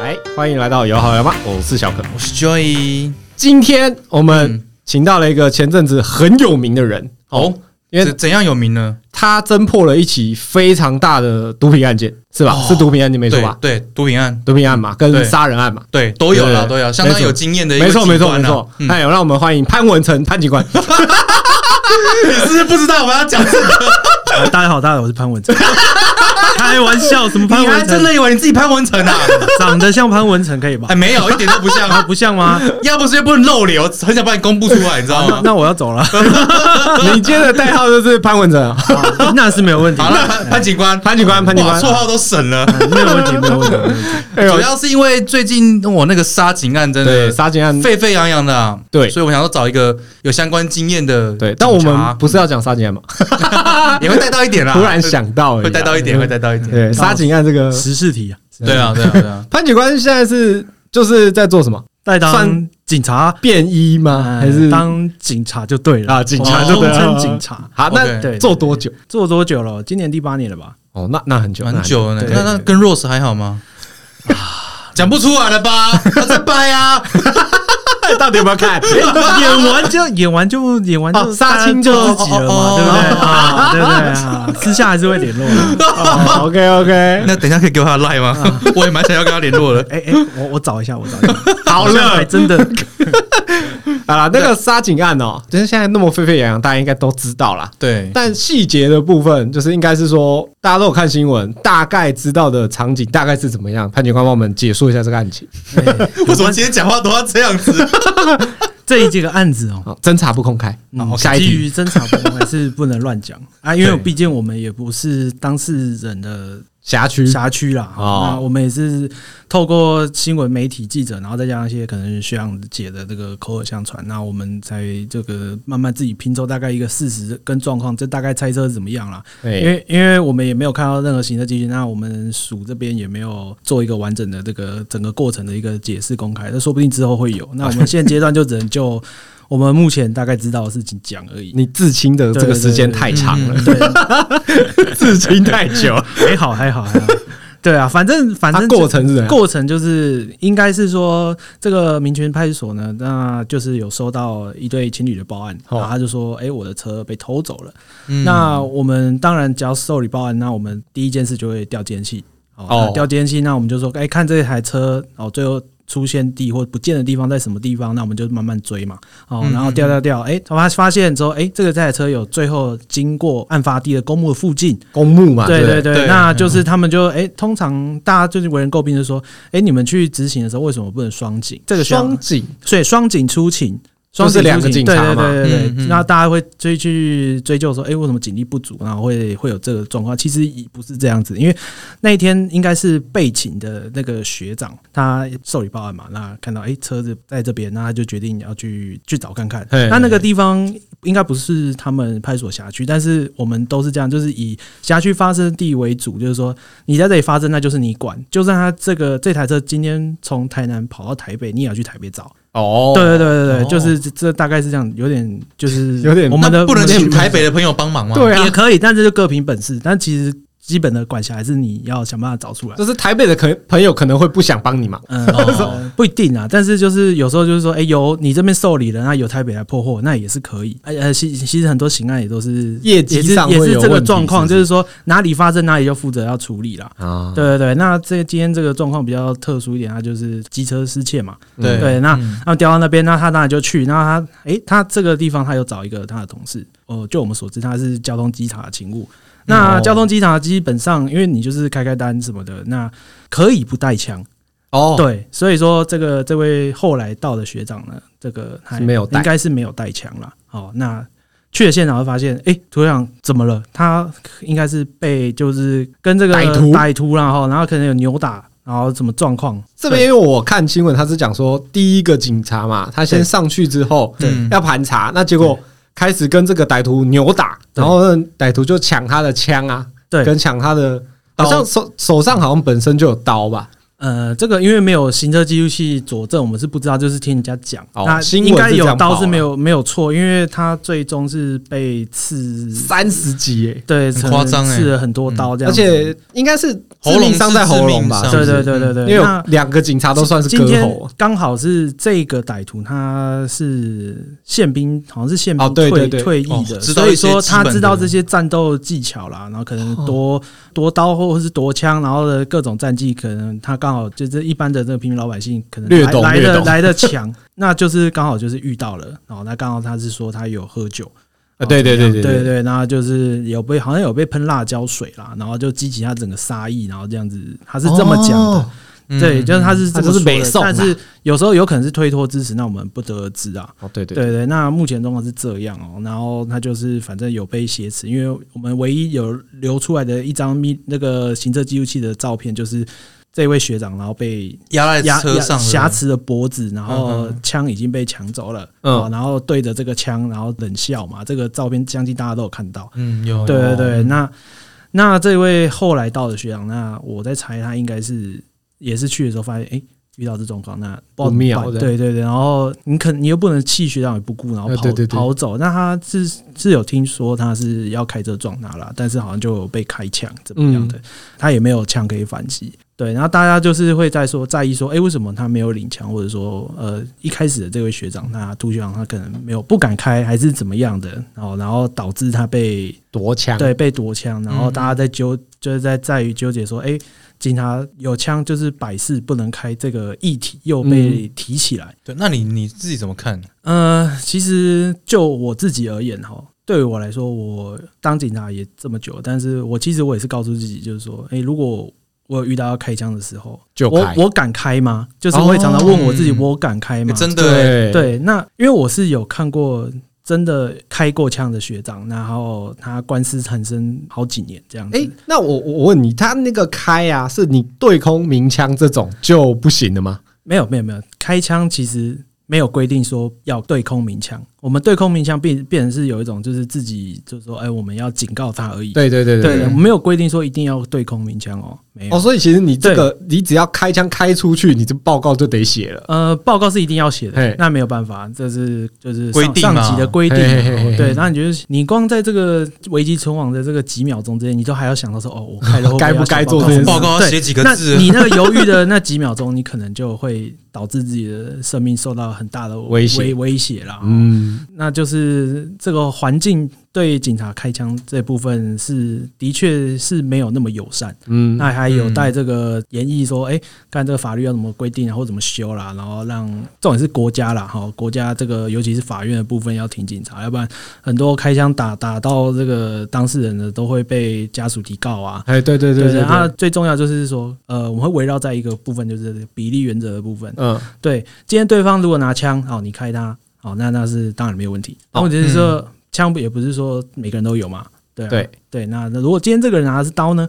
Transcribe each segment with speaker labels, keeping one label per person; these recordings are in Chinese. Speaker 1: 哎欢迎来到有好有吗？我是小可。
Speaker 2: 我是 Joy，
Speaker 1: 今天我们请到了一个前阵子很有名的人哦
Speaker 2: 嗯哦，
Speaker 1: 因为
Speaker 2: 怎怎样有名呢？
Speaker 1: 他侦破了一起非常大的毒品案件，是吧？
Speaker 2: 哦
Speaker 1: 是毒品案件没错
Speaker 2: 对
Speaker 1: 吧？
Speaker 2: 对，毒品案，
Speaker 1: 毒品案嘛，跟
Speaker 2: 对
Speaker 1: 杀人案嘛，
Speaker 2: 对都有
Speaker 1: 对
Speaker 2: 了，
Speaker 1: 对对
Speaker 2: 都有，相当
Speaker 1: 没错
Speaker 2: 有经验的一个
Speaker 1: 没错没
Speaker 2: 警
Speaker 1: 错
Speaker 2: 官
Speaker 1: 没
Speaker 2: 啊
Speaker 1: 错。
Speaker 2: 嗯
Speaker 1: 哎，让我们欢迎潘文成潘警 官。
Speaker 2: 你是不是不知道我要 讲这个？
Speaker 3: 啊大家好，大家好，我是潘文成。开玩笑，什么潘
Speaker 2: 你还
Speaker 3: 文
Speaker 2: 真
Speaker 3: 成？
Speaker 2: 的以为你自己潘文成啊？
Speaker 3: 长得像潘文成可以吧
Speaker 2: 哎，？没有，一点都不像，
Speaker 3: 不像吗？
Speaker 2: 要不是又不能露脸，我很想把你公布出来，你知道
Speaker 3: 那
Speaker 2: 吗？
Speaker 3: 那我要走了，
Speaker 1: 你今天的代号就是潘文 成，啊
Speaker 3: 好哦那是没有问题，
Speaker 2: 好了，潘潘警官，
Speaker 1: 潘警官潘警官
Speaker 2: 哇绰号都省 了。
Speaker 3: 没有问题，没有问题没有问题。
Speaker 1: 哎呦
Speaker 2: 主，要是因为最近我那个杀警案真
Speaker 1: 对
Speaker 2: 的
Speaker 1: 杀警案，
Speaker 2: 沸沸扬扬的啊，
Speaker 1: 对
Speaker 2: 所以我想要找一个有相关经验的警察，
Speaker 1: 对，但我们不是要讲杀警案嘛？
Speaker 2: 也会带到一点啦，
Speaker 1: 突然想到而已啊，
Speaker 2: 会带到一点，会带到一点，
Speaker 1: 对杀警案这个，
Speaker 3: 十事题啊，
Speaker 2: 对啊，对啊，对啊。
Speaker 1: 潘警官现在是就是在做什么？
Speaker 3: 代当
Speaker 1: 算
Speaker 3: 警察
Speaker 1: 便衣吗？
Speaker 3: 呃
Speaker 1: 还是
Speaker 3: 当警察就对了
Speaker 1: 啊警察就
Speaker 3: 统
Speaker 1: 对了
Speaker 3: 称警察。
Speaker 1: 好？
Speaker 2: OK
Speaker 1: 那
Speaker 3: 对
Speaker 1: 做多久？
Speaker 3: 做多久了？今年第八年了吧？
Speaker 1: 哦，那那很久，那
Speaker 2: 蛮久了呢。
Speaker 1: 对
Speaker 2: 那那跟 Rose 还好吗？讲不出来了 吧？他在掰啊！
Speaker 1: 到底有没有 看？
Speaker 3: 演完就演完就演完
Speaker 1: 哦
Speaker 3: 就
Speaker 1: 杀青就
Speaker 3: 大家做自己
Speaker 2: 哦
Speaker 3: 了
Speaker 2: 哦
Speaker 3: 嘛，对不对啊？对不对啊？私下还是会联络的。哦
Speaker 1: OK OK，
Speaker 2: 那等一下可以给我他的 line 吗？啊我也蛮想要跟他联络的。
Speaker 3: 哎哎，我我找一下，我找一下。
Speaker 1: 好
Speaker 3: 好像还
Speaker 1: 了，
Speaker 3: 真的
Speaker 1: 好了，那个杀警案哦，就是现在那么沸沸扬扬，大家应该都知道啦。
Speaker 2: 对，
Speaker 1: 但细节的部分，就是应该是说，大家都有看新闻，大概知道的场景大概是怎么样。潘警官帮我们解说一下这个案情。
Speaker 3: 哎
Speaker 2: 为什么今天讲话都要这样子？
Speaker 3: 这一这个案子哦，
Speaker 1: 好，侦查不公开。
Speaker 3: 嗯
Speaker 1: 好，下一
Speaker 3: 基
Speaker 1: 题。
Speaker 3: 于侦查部 门还是不能乱讲啊，因为
Speaker 1: 对
Speaker 3: 毕竟我们也不是当事人的
Speaker 1: 辖区
Speaker 3: 辖区啦，啊
Speaker 1: 哦
Speaker 3: 那我们也是透过新闻媒体记者，然后再加上一些可能学长姐的这个口耳相传，那我们才这个慢慢自己拼凑大概一个事实跟状况，这大概猜测是怎么样啦。因
Speaker 1: 对，
Speaker 3: 为因为我们也没有看到任何行车记录，那我们署这边也没有做一个完整的这个整个过程的一个解释公开，那说不定之后会 有。那我们现阶段就只能就我们目前大概知道的事情讲而已。
Speaker 1: 你自清的这个时间太长了，
Speaker 3: 对，
Speaker 1: 自清太久。
Speaker 3: 还哎好还好还好。对啊，反正反
Speaker 1: 它
Speaker 3: 正
Speaker 1: 过程是怎样？
Speaker 3: 过程就是应该是说，这个民权派出所呢，那就是有收到一对情侣的报案，
Speaker 1: 哦
Speaker 3: 然后他就说：“哎、我的车被偷走了。
Speaker 2: 嗯
Speaker 3: 那我们当然只要受理报案，那我们第一件事就会调监视器。
Speaker 1: 哦
Speaker 3: 哦，那调监视器，那我们就说：哎、看这台车哦，最后。”出现地或不见的地方在什么地方？那我们就慢慢追嘛。哦，然后调调调，哎、发发现之后，哎、这个这台车有最后经过案发地的公墓的附近，
Speaker 1: 公墓嘛，
Speaker 3: 对
Speaker 1: 不
Speaker 3: 对
Speaker 2: 对
Speaker 3: 对，那就是他们就哎、通常大家最近为人诟病就是说，哎、你们去执行的时候为什么不能双警？这个需要
Speaker 1: 双，警
Speaker 3: 所以双警出勤，
Speaker 1: 就
Speaker 3: 双
Speaker 1: 是
Speaker 3: 警
Speaker 1: 两
Speaker 3: 出
Speaker 1: 个
Speaker 3: 勤
Speaker 1: 警察
Speaker 3: 对
Speaker 1: 嘛
Speaker 3: 对对对对
Speaker 2: 嗯嗯
Speaker 3: 那大家会追去追究说，哎、为什么警力不足？然后会会有这个状况？其实也不是这样子，因为那一天应该是被请的那个学长，他受理报案嘛，那看到哎、车子在这边，那他就决定要去去找看看。
Speaker 1: 嘿
Speaker 3: 那那个地方应该不是他们派出所辖区，但是我们都是这样，就是以辖区发生地为主，就是说你在这里发生，那就是你管，就算他这个这台车今天从台南跑到台北，你也要去台北找。
Speaker 1: 哦，
Speaker 3: 对对对对对，
Speaker 2: 哦
Speaker 3: 就是这这大概是这样，有点就 是
Speaker 1: 有点
Speaker 3: 我
Speaker 2: 那
Speaker 3: 们的
Speaker 2: 不能请台
Speaker 3: 台
Speaker 2: 北的朋友帮忙吗？
Speaker 1: 对啊
Speaker 3: 也，可以，但这就各凭本事，但其实基本的管辖还是你要想办法找出来。
Speaker 1: 就是台北的可朋友可能会不想帮你嘛，
Speaker 3: 嗯、
Speaker 2: 哦
Speaker 3: 不一定啊，但是就是有时候就是说，哎、由你这边受理了，那由台北来破获，那也是可以。哎呃，其其实很多刑案也都是
Speaker 1: 业绩
Speaker 3: 也是
Speaker 1: 上会
Speaker 3: 也
Speaker 1: 有
Speaker 3: 是这个
Speaker 1: 问题
Speaker 3: 状况，
Speaker 1: 是
Speaker 3: 就
Speaker 1: 不是
Speaker 3: 是说哪里发生哪里就负责要处理啦。
Speaker 1: 啊，
Speaker 3: 对对对，那这今天这个状况比较特殊一点，它就是机车失窃嘛。
Speaker 2: 对
Speaker 3: 对，那
Speaker 2: 嗯
Speaker 3: 那调到那边，那他当然就去。那他诶，他这个地方他有找一个他的同事，哦、就我们所知他是交通稽查的勤务。那
Speaker 1: 哦
Speaker 3: 交通稽查基本上，因为你就是开开单什么的，那可以不带枪。
Speaker 1: 哦，
Speaker 3: 对，所以说这个这位后来到的学长呢，这个他
Speaker 1: 是没有带
Speaker 3: 应该是没有带枪啦。哦，那去了现场会发现，诶，土壤怎么了？他应该是被就是跟这个
Speaker 1: 歹徒
Speaker 3: 歹徒然后然后可能有扭打，然后什么状况？
Speaker 1: 这边因为我看新闻，他是讲说第一个警察嘛，他先
Speaker 3: 对
Speaker 1: 上去之后
Speaker 2: 对
Speaker 1: 要盘查，那结果开始跟这个歹徒扭打，
Speaker 3: 对
Speaker 1: 然后那歹徒就抢他的枪啊，
Speaker 3: 对
Speaker 1: 跟抢他的，
Speaker 2: 刀
Speaker 1: 好像手手上好像本身就有刀吧，
Speaker 3: 呃，这个因为没有行车记录器佐证，我们是不知道，就是听人家讲。
Speaker 1: 哦
Speaker 3: 那
Speaker 1: 新闻
Speaker 3: 应该
Speaker 1: 是这
Speaker 3: 有
Speaker 1: 样
Speaker 3: 刀
Speaker 1: 报
Speaker 3: 是没
Speaker 1: 啊
Speaker 3: 有没有错，因为他最终是被刺，
Speaker 1: 三十级耶、
Speaker 3: 对，
Speaker 2: 很
Speaker 3: 可
Speaker 2: 夸
Speaker 3: 能
Speaker 2: 张欸
Speaker 3: 刺了很多刀嗯这
Speaker 1: 而
Speaker 3: 样子。
Speaker 1: 且应该是
Speaker 2: 喉咙
Speaker 1: 致命伤在喉咙吧？
Speaker 2: 是致
Speaker 1: 是不
Speaker 3: 对
Speaker 1: 是
Speaker 3: 对对对对，
Speaker 1: 因为有
Speaker 3: 那
Speaker 1: 两个警察啊都算是
Speaker 3: 今
Speaker 1: 割
Speaker 3: 天哦
Speaker 1: 喉。
Speaker 3: 刚好是这个歹徒，他是宪兵，好像是宪
Speaker 1: 哦
Speaker 3: 兵退、
Speaker 1: 对对对
Speaker 3: 退役
Speaker 2: 哦
Speaker 3: 的，
Speaker 2: 知道
Speaker 3: 所以
Speaker 2: 一些
Speaker 3: 说
Speaker 2: 基
Speaker 3: 他
Speaker 2: 本
Speaker 3: 知道
Speaker 2: 的哦
Speaker 3: 这些战斗技巧啦，然后可能夺、夺刀或者是夺枪，然后的各种战技，可能他刚好就是一般的这个平民老百姓可能
Speaker 1: 略
Speaker 3: 来
Speaker 1: 懂
Speaker 3: 来
Speaker 1: 略
Speaker 3: 的
Speaker 1: 懂
Speaker 3: 来的强， 那就是刚好就是遇到了，然后那刚好他是说他有喝酒，
Speaker 1: 啊，对对对
Speaker 3: 对
Speaker 1: 对对
Speaker 3: 对，然后就是有被好像有被喷辣椒水啦，然后就激起他整个杀意，然后这样子他是这么讲的。
Speaker 1: 哦
Speaker 2: 嗯
Speaker 3: 对，就是他是
Speaker 1: 他
Speaker 3: 这
Speaker 1: 就是
Speaker 3: 么说
Speaker 1: 北
Speaker 3: 的，
Speaker 1: 宋啦
Speaker 3: 但是有时候有可能是推脱支持，那我们不得而知啊。
Speaker 1: 哦，对对
Speaker 3: 对
Speaker 1: 对，
Speaker 3: 对，那目前状况是这样哦，然后他就是反正有被挟持，因为我们唯一有流出来的一张密那个行车记录器的照片，就是这位学长，然后被
Speaker 2: 压在
Speaker 3: 压
Speaker 2: 车
Speaker 3: 压
Speaker 2: 上
Speaker 3: 挟
Speaker 2: 瑕疵，
Speaker 3: 持的脖子，然后
Speaker 2: 嗯嗯
Speaker 3: 枪已经被抢走了，
Speaker 1: 嗯
Speaker 3: 哦然后对着这个枪，然后冷笑嘛，这个照片相信大家都有看到，
Speaker 2: 嗯，
Speaker 1: 哦
Speaker 2: 有
Speaker 3: 对对对，那那这位后来到的学长，那我在猜他应该是也是去的时候发现，哎、遇到这状况，那不知道
Speaker 1: 不妙
Speaker 3: 怎么办
Speaker 1: 这样
Speaker 3: 对对对，然后你可你又不能弃学长于不顾，然后
Speaker 1: 呃
Speaker 3: 跑、
Speaker 1: 对对对
Speaker 3: 跑走。那他是是有听说他是要开车撞他啦，但是好像就有被开枪怎么样的，
Speaker 1: 嗯
Speaker 3: 他也没有枪可以反击。对，然后大家就是会在说在意说，哎、为什么他没有领枪，或者说，呃，一开始的这位学长，那杜学长他可能没有不敢开，还是怎么样的，然后然后导致他被
Speaker 1: 夺枪，
Speaker 3: 对，被夺枪，然
Speaker 2: 嗯
Speaker 3: 后大家在纠，就是在在于纠结说，哎、警察有枪就是百事不能开这个议题又
Speaker 2: 嗯
Speaker 3: 被提起来。
Speaker 2: 对，那你你自己怎么看？
Speaker 3: 呃，其实就我自己而言哈，对于我来说，我当警察也这么久，但是我其实我也是告诉自己，就是说，哎、如果我有遇到要开枪的时候，
Speaker 1: 就
Speaker 3: 我
Speaker 1: 开，
Speaker 3: 我敢开吗？就是我也常常问我自己，
Speaker 2: 哦嗯
Speaker 3: 我敢开吗？
Speaker 2: 欸真的
Speaker 1: 对，
Speaker 2: 欸，
Speaker 3: 对，那因为我是有看过真的开过枪的学长，然后他官司缠身好几年这样子。
Speaker 1: 哎、那我我问你，他那个开啊，是你对空鸣枪这种就不行的吗？
Speaker 3: 没有没有没有，开枪其实没有规定说要对空鸣枪，我们对空鸣枪变变成是有一种就是自己就是说，哎，我们要警告他而已。
Speaker 1: 对对对
Speaker 3: 对，我们没有规定说一定要对空鸣枪哦，没有。
Speaker 1: 哦，所以其实你这个，你只要开枪开出去，你这报告就得写了。
Speaker 3: 呃，报告是一定要写
Speaker 1: 嘿
Speaker 3: 的，那没有办法，这是就是上
Speaker 2: 规定嘛
Speaker 3: 上级的规定嘛。
Speaker 1: 嘿嘿嘿嘿
Speaker 3: 哦对，那你就是你光在这个危机存亡的这个几秒钟之间，你都还要想到说，哦，我开了会
Speaker 1: 该不
Speaker 3: 要
Speaker 1: 该
Speaker 3: 写
Speaker 1: 做
Speaker 3: 报
Speaker 1: 这件
Speaker 3: 告
Speaker 1: 事
Speaker 2: 报告要
Speaker 3: 对
Speaker 2: 写几
Speaker 3: 那
Speaker 2: 个字？
Speaker 3: 你那个犹豫的那几秒钟，你可能就会导致自己的生命受到很大的
Speaker 1: 威胁
Speaker 3: 威威胁啦。
Speaker 1: 嗯，
Speaker 3: 那就是这个环境对警察开枪这部分是的确是没有那么友善，
Speaker 1: 嗯，
Speaker 3: 那还有待这个演绎说，哎、看这个法律要怎么规定啊，然后怎么修啦，然后让重点是国家啦，哈，国家这个尤其是法院的部分要挺警察，要不然很多开枪打打到这个当事人的都会被家属提告啊，
Speaker 1: 哎，对对对对对，
Speaker 3: 啊，最重要就是说，呃，我们会围绕在一个部分，就是比例原则的部分。
Speaker 1: 嗯，
Speaker 3: 对，今天对方如果拿枪，哦，你开他，哦，那那是当然没有问题。
Speaker 1: 哦
Speaker 3: 那问题是说，枪不也不是说每个人都有嘛，对啊
Speaker 1: 对
Speaker 3: 对。那那如果今天这个人拿的是刀呢，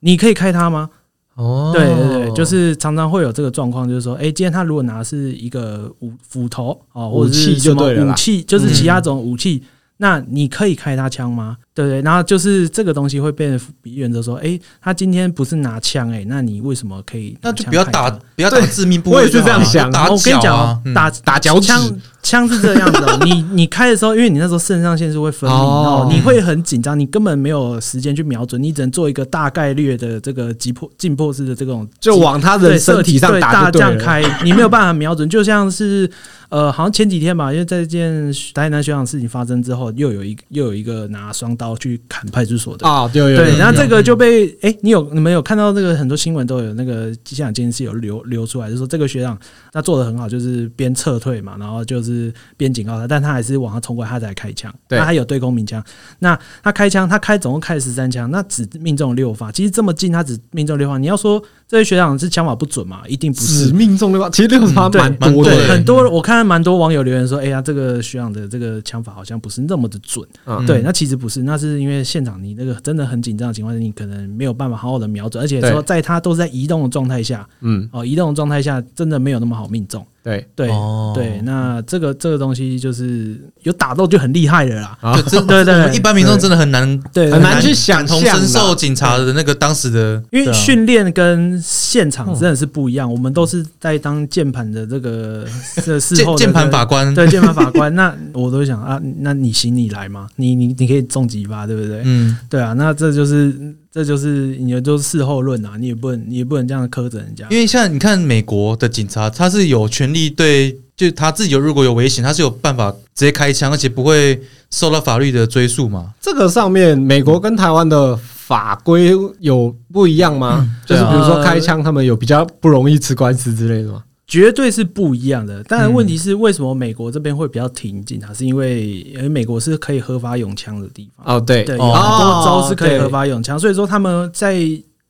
Speaker 3: 你可以开他吗？
Speaker 2: 哦
Speaker 3: 对对对，就是常常会有这个状况，就是说，哎、今天他如果拿的是一个斧斧头哦，或者
Speaker 1: 武器
Speaker 3: 是
Speaker 1: 就
Speaker 3: 什么
Speaker 1: 对了啦
Speaker 3: 武器，就是
Speaker 2: 嗯
Speaker 3: 其他种武器，那你可以开他枪吗？对不对？然后就是这个东西会变成比喻原则说，哎、他今天不是拿枪，哎，那你为什么可以？
Speaker 2: 那就不要打，。不要打
Speaker 1: 对
Speaker 2: 致命部位。
Speaker 1: 我也是这样想
Speaker 2: 打
Speaker 3: 我跟
Speaker 2: 脚
Speaker 3: 你讲
Speaker 2: 啊
Speaker 3: 哦，，
Speaker 2: 嗯
Speaker 3: 打
Speaker 1: 打脚趾
Speaker 3: 枪枪是这样的哦， 你你开的时候，因为你那时候肾上腺素会分泌，
Speaker 1: 哦
Speaker 3: 哦，你会很紧张，你根本没有时间去瞄准，你只能做一个大概率的这个击破进破式的这种
Speaker 1: 就
Speaker 3: 击
Speaker 1: 往他
Speaker 3: 对
Speaker 1: 的身体上
Speaker 3: 对
Speaker 1: 打
Speaker 3: 大
Speaker 1: 就
Speaker 3: 这样
Speaker 1: 了。
Speaker 3: 开，你没有办法瞄准，就像是呃，好像前几天吧，因为这件台南学长事情发生之后，又有一又有一个拿双刀去砍派出所的。
Speaker 1: 啊，有有
Speaker 3: 对，
Speaker 1: 有，
Speaker 3: 然后
Speaker 2: 有
Speaker 3: 这个就被哎、你有你们有看到那个很多新闻都有那个机场监视有流流出来，就说这个学长他做的很好，就是边撤退嘛，然后就是边警告他，但他还是往他冲过来，他才开枪，
Speaker 1: 对
Speaker 3: 他还有对空鸣枪。那他开枪，他开总共开了十三枪，那只命中六发，其实这么近他只命中六发，你要说这位学长是枪法不准嘛，一定不是
Speaker 1: 只，命中六发，其实六十发
Speaker 3: 嗯对
Speaker 1: 蛮多
Speaker 2: 蛮
Speaker 1: 的
Speaker 3: 对，
Speaker 2: 对
Speaker 1: 欸。
Speaker 3: 很多我看蛮多网友留言说，哎呀，这个学长的这个枪法好像不是那么的准。
Speaker 1: 嗯
Speaker 3: 对，那其实不是，那是因为现场你那个真的很紧张的情况下，你可能没有办法好好的瞄准，而且
Speaker 1: 对
Speaker 3: 说在他都是在移动的状态下，
Speaker 1: 嗯，
Speaker 3: 哦，移动的状态下真的没有那么好命中。
Speaker 1: 对，
Speaker 3: 对、
Speaker 2: 哦
Speaker 3: 对，那这个这个东西就是有打斗就很厉害了啦。
Speaker 1: 啊
Speaker 2: 就真
Speaker 3: 对对
Speaker 2: 我们一般民众真的很难
Speaker 3: 对，
Speaker 1: 很难
Speaker 3: 对
Speaker 1: 去想
Speaker 2: 感同
Speaker 1: 象
Speaker 2: 身受
Speaker 1: 啦。
Speaker 2: 警察的那个当时的
Speaker 3: 因为
Speaker 2: 对啊
Speaker 3: 训练跟现场真的是不一样，我们都是在当键盘的 这个这
Speaker 2: 啊
Speaker 3: 事
Speaker 2: 键
Speaker 3: 后的
Speaker 2: 键盘
Speaker 3: 这个
Speaker 2: 法官，
Speaker 3: 对键盘法官，那我都会想啊，那你行你来嘛，你你你可以中几发，对不对？
Speaker 2: 嗯，
Speaker 3: 对啊，那这就是这就是你就是事后论啊，你也不能你也不能这样苛责人家
Speaker 2: 因。为像你看美国的警察，他是有权利对，就他自己有如果有危险，他是有办法直接开枪，而且不会受到法律的追溯嘛。
Speaker 1: 这个上面，美国跟台湾的法规有不一样吗？
Speaker 3: 嗯
Speaker 1: 就是
Speaker 3: 啊
Speaker 1: 比如说开枪，他们有比较不容易吃官司之类的吗？
Speaker 3: 绝对是不一样的。但问题是，为什么美国这边会比较挺警察？是因为因为美国是可以合法用枪的地方，
Speaker 1: 哦，对，
Speaker 3: 对，有
Speaker 2: 哦
Speaker 3: 很多州是可以
Speaker 1: 对
Speaker 3: 合法用枪，所以说他们在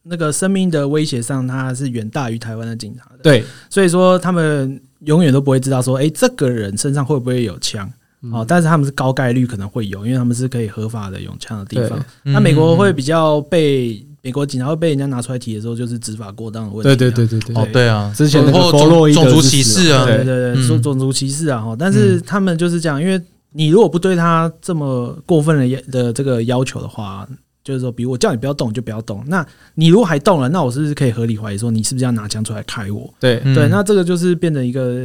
Speaker 3: 那个生命的威胁上，它是远大于台湾的警察的。
Speaker 1: 对，
Speaker 3: 所以说他们永远都不会知道说，哎、这个人身上会不会有枪。
Speaker 1: 嗯
Speaker 3: 哦，但是他们是高概率可能会有，因为他们是可以合法的用枪的地方
Speaker 1: 对。
Speaker 3: 那美国会比较被美国警察会被人家拿出来提的时候，就是执法过当的问题啊。
Speaker 1: 对，对，对，对，对
Speaker 2: 哦，对啊，
Speaker 1: 之前那个
Speaker 2: 然后
Speaker 1: 弗洛伊
Speaker 2: 种
Speaker 1: 德
Speaker 2: 种族
Speaker 1: 之死
Speaker 2: 歧视
Speaker 1: 嘛
Speaker 2: 啊，
Speaker 3: 对
Speaker 1: 对
Speaker 3: 对
Speaker 2: 嗯
Speaker 3: 对，种种族歧视啊哈，
Speaker 1: 嗯
Speaker 3: 但是他们就是这样，因为你如果不对他这么过分的要的这个要求的话，就是说，比如我叫你不要动，你就不要动。那你如果还动了，那我是不是可以合理怀疑说你是不是要拿枪出来开我？
Speaker 1: 对，啊
Speaker 2: 嗯
Speaker 3: 对，那这个就是变成一个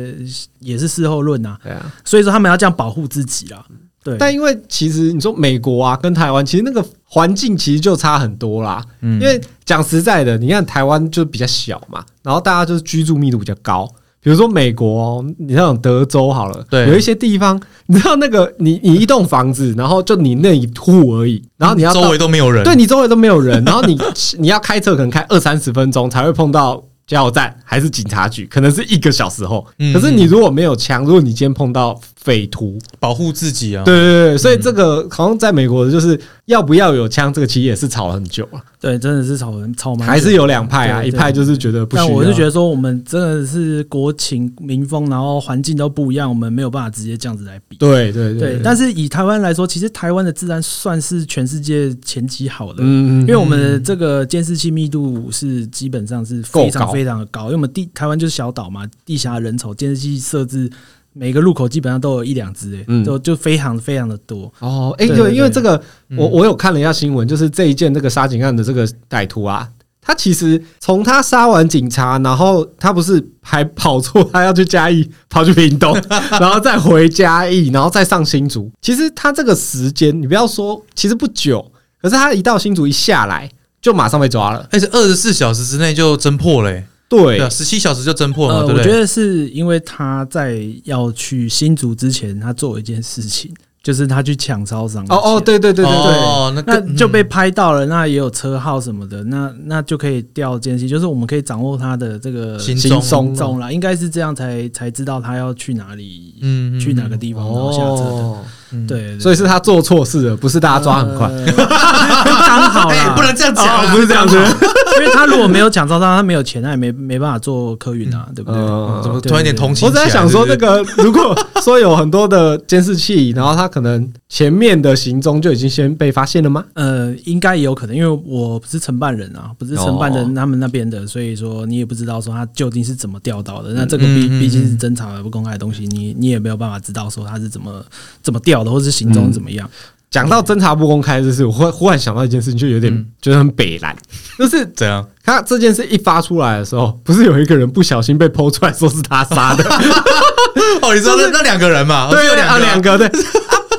Speaker 3: 也是事后论啊，
Speaker 1: 对啊。
Speaker 3: 所以说他们要这样保护自己啦。对，
Speaker 1: 但因为其实你说美国啊，跟台湾其实那个环境其实就差很多啦。
Speaker 2: 嗯
Speaker 1: 因为讲实在的，你看台湾就比较小嘛，然后大家就是居住密度比较高。比如说美国哦、你像德州好了，
Speaker 2: 对
Speaker 1: 有一些地方，你知道那个你你一栋房子，然后就你那一户而已，然后你要到
Speaker 2: 周围都没有人，
Speaker 1: 对你周围都没有人，然后你 你要开车可能开二三十分钟才会碰到加油站还是警察局，可能是一个小时后。
Speaker 2: 嗯
Speaker 1: 可是你如果没有枪，如果你今天碰到匪徒，
Speaker 2: 保护自己
Speaker 3: 哦
Speaker 2: 啊，
Speaker 1: 对对对，
Speaker 3: 嗯
Speaker 1: 所以这个好像在美国就是要不要有枪，这个其实也是吵了很久了，
Speaker 3: 对，真的是吵人吵蛮久的
Speaker 1: 还是有两派啊，
Speaker 3: 对
Speaker 1: 一派就是觉得不啊需要，
Speaker 3: 但我是觉得说，我们真的是国情民风，然后环境都不一样，我们没有办法直接这样子来比。
Speaker 1: 对对
Speaker 3: 对，但是以台湾来说，其实台湾的治安算是全世界前几好的，
Speaker 1: 嗯，
Speaker 3: 因为我们的这个监视器密度是基本上是非
Speaker 1: 够
Speaker 3: 常
Speaker 1: 高
Speaker 3: 非常的高，因为我们地台湾就是小岛嘛，地狭人稠，监视器设置每个路口基本上都有一两只，哎，
Speaker 1: 嗯
Speaker 3: 就就非常非常的多。
Speaker 1: 哦，哎、
Speaker 3: 对
Speaker 1: 对，
Speaker 3: 对
Speaker 1: 因为这个，
Speaker 2: 嗯
Speaker 1: 我我有看了一下新闻，就是这一件这个杀警案的这个歹徒啊，他其实从他杀完警察，然后他不是还跑错，他要去嘉义，跑去屏 东，然后再回嘉义，然后再上新竹。其实他这个时间，你不要说，其实不久，可是他一到新竹一下来，就马上被抓了。
Speaker 2: 而且哎二十四小时之内就侦破嘞，
Speaker 1: 对，
Speaker 2: 对啊，十七小时就侦
Speaker 1: 哦
Speaker 2: 破嘛，
Speaker 3: 呃，
Speaker 2: 对不
Speaker 3: 我觉
Speaker 2: 对？
Speaker 3: 得是因为他在要去新竹之前，他做了一件事情，就是他去抢超商的
Speaker 1: 哦哦，
Speaker 3: 钱
Speaker 1: 对对对对对，
Speaker 2: 哦，那
Speaker 3: 那
Speaker 2: 更
Speaker 3: 就被
Speaker 2: 嗯
Speaker 3: 拍到了，那也有车号什么的，那那就可以调监视器，就是我们可以掌握他的这个
Speaker 2: 行
Speaker 1: 行
Speaker 2: 踪
Speaker 1: 踪
Speaker 3: 踪啦，应该是这样才才知道他要去哪里，
Speaker 2: 嗯嗯
Speaker 3: 去哪个地方然后下车的。
Speaker 1: 哦，
Speaker 2: 嗯
Speaker 3: 对对，
Speaker 1: 所以是他做错事了，不是大家抓很快。
Speaker 3: 呃刚好
Speaker 2: 哎
Speaker 3: 啦，
Speaker 2: 不能这样讲啊
Speaker 1: 哦，不是这样子，
Speaker 3: 因为他如果没有抢到他，他没有钱，他也没没办法做客运啊，对不对？
Speaker 1: 嗯
Speaker 2: 哦怎么
Speaker 3: 对
Speaker 2: 突然有点同情
Speaker 1: 我
Speaker 2: 起来？
Speaker 1: 在想说，
Speaker 2: 对
Speaker 1: 那
Speaker 2: 不对
Speaker 1: 个如果说有很多的监视器，然后他可能前面的行踪就已经先被发现了吗？
Speaker 3: 呃，应该也有可能，因为我不是承办人啊，不是承办人他们那边的，所以说你也不知道说他究竟是怎么调到的。那这个毕
Speaker 2: 嗯嗯嗯
Speaker 3: 毕竟是侦查而不公开的东西，你你也没有办法知道说他是怎么怎么调的，或是行
Speaker 2: 嗯
Speaker 3: 踪怎么样。
Speaker 1: 讲到侦查不公开，就是我忽忽然想到一件事情，就有点
Speaker 2: 嗯
Speaker 1: 觉得很北蓝，就是
Speaker 2: 怎样？
Speaker 1: 他这件事一发出来的时候，不是有一个人不小心被剖出来说是他杀的，
Speaker 2: 哦，你说那那两个人嘛，
Speaker 1: 对
Speaker 2: 有
Speaker 1: 啊，
Speaker 2: 两
Speaker 1: 两个对。啊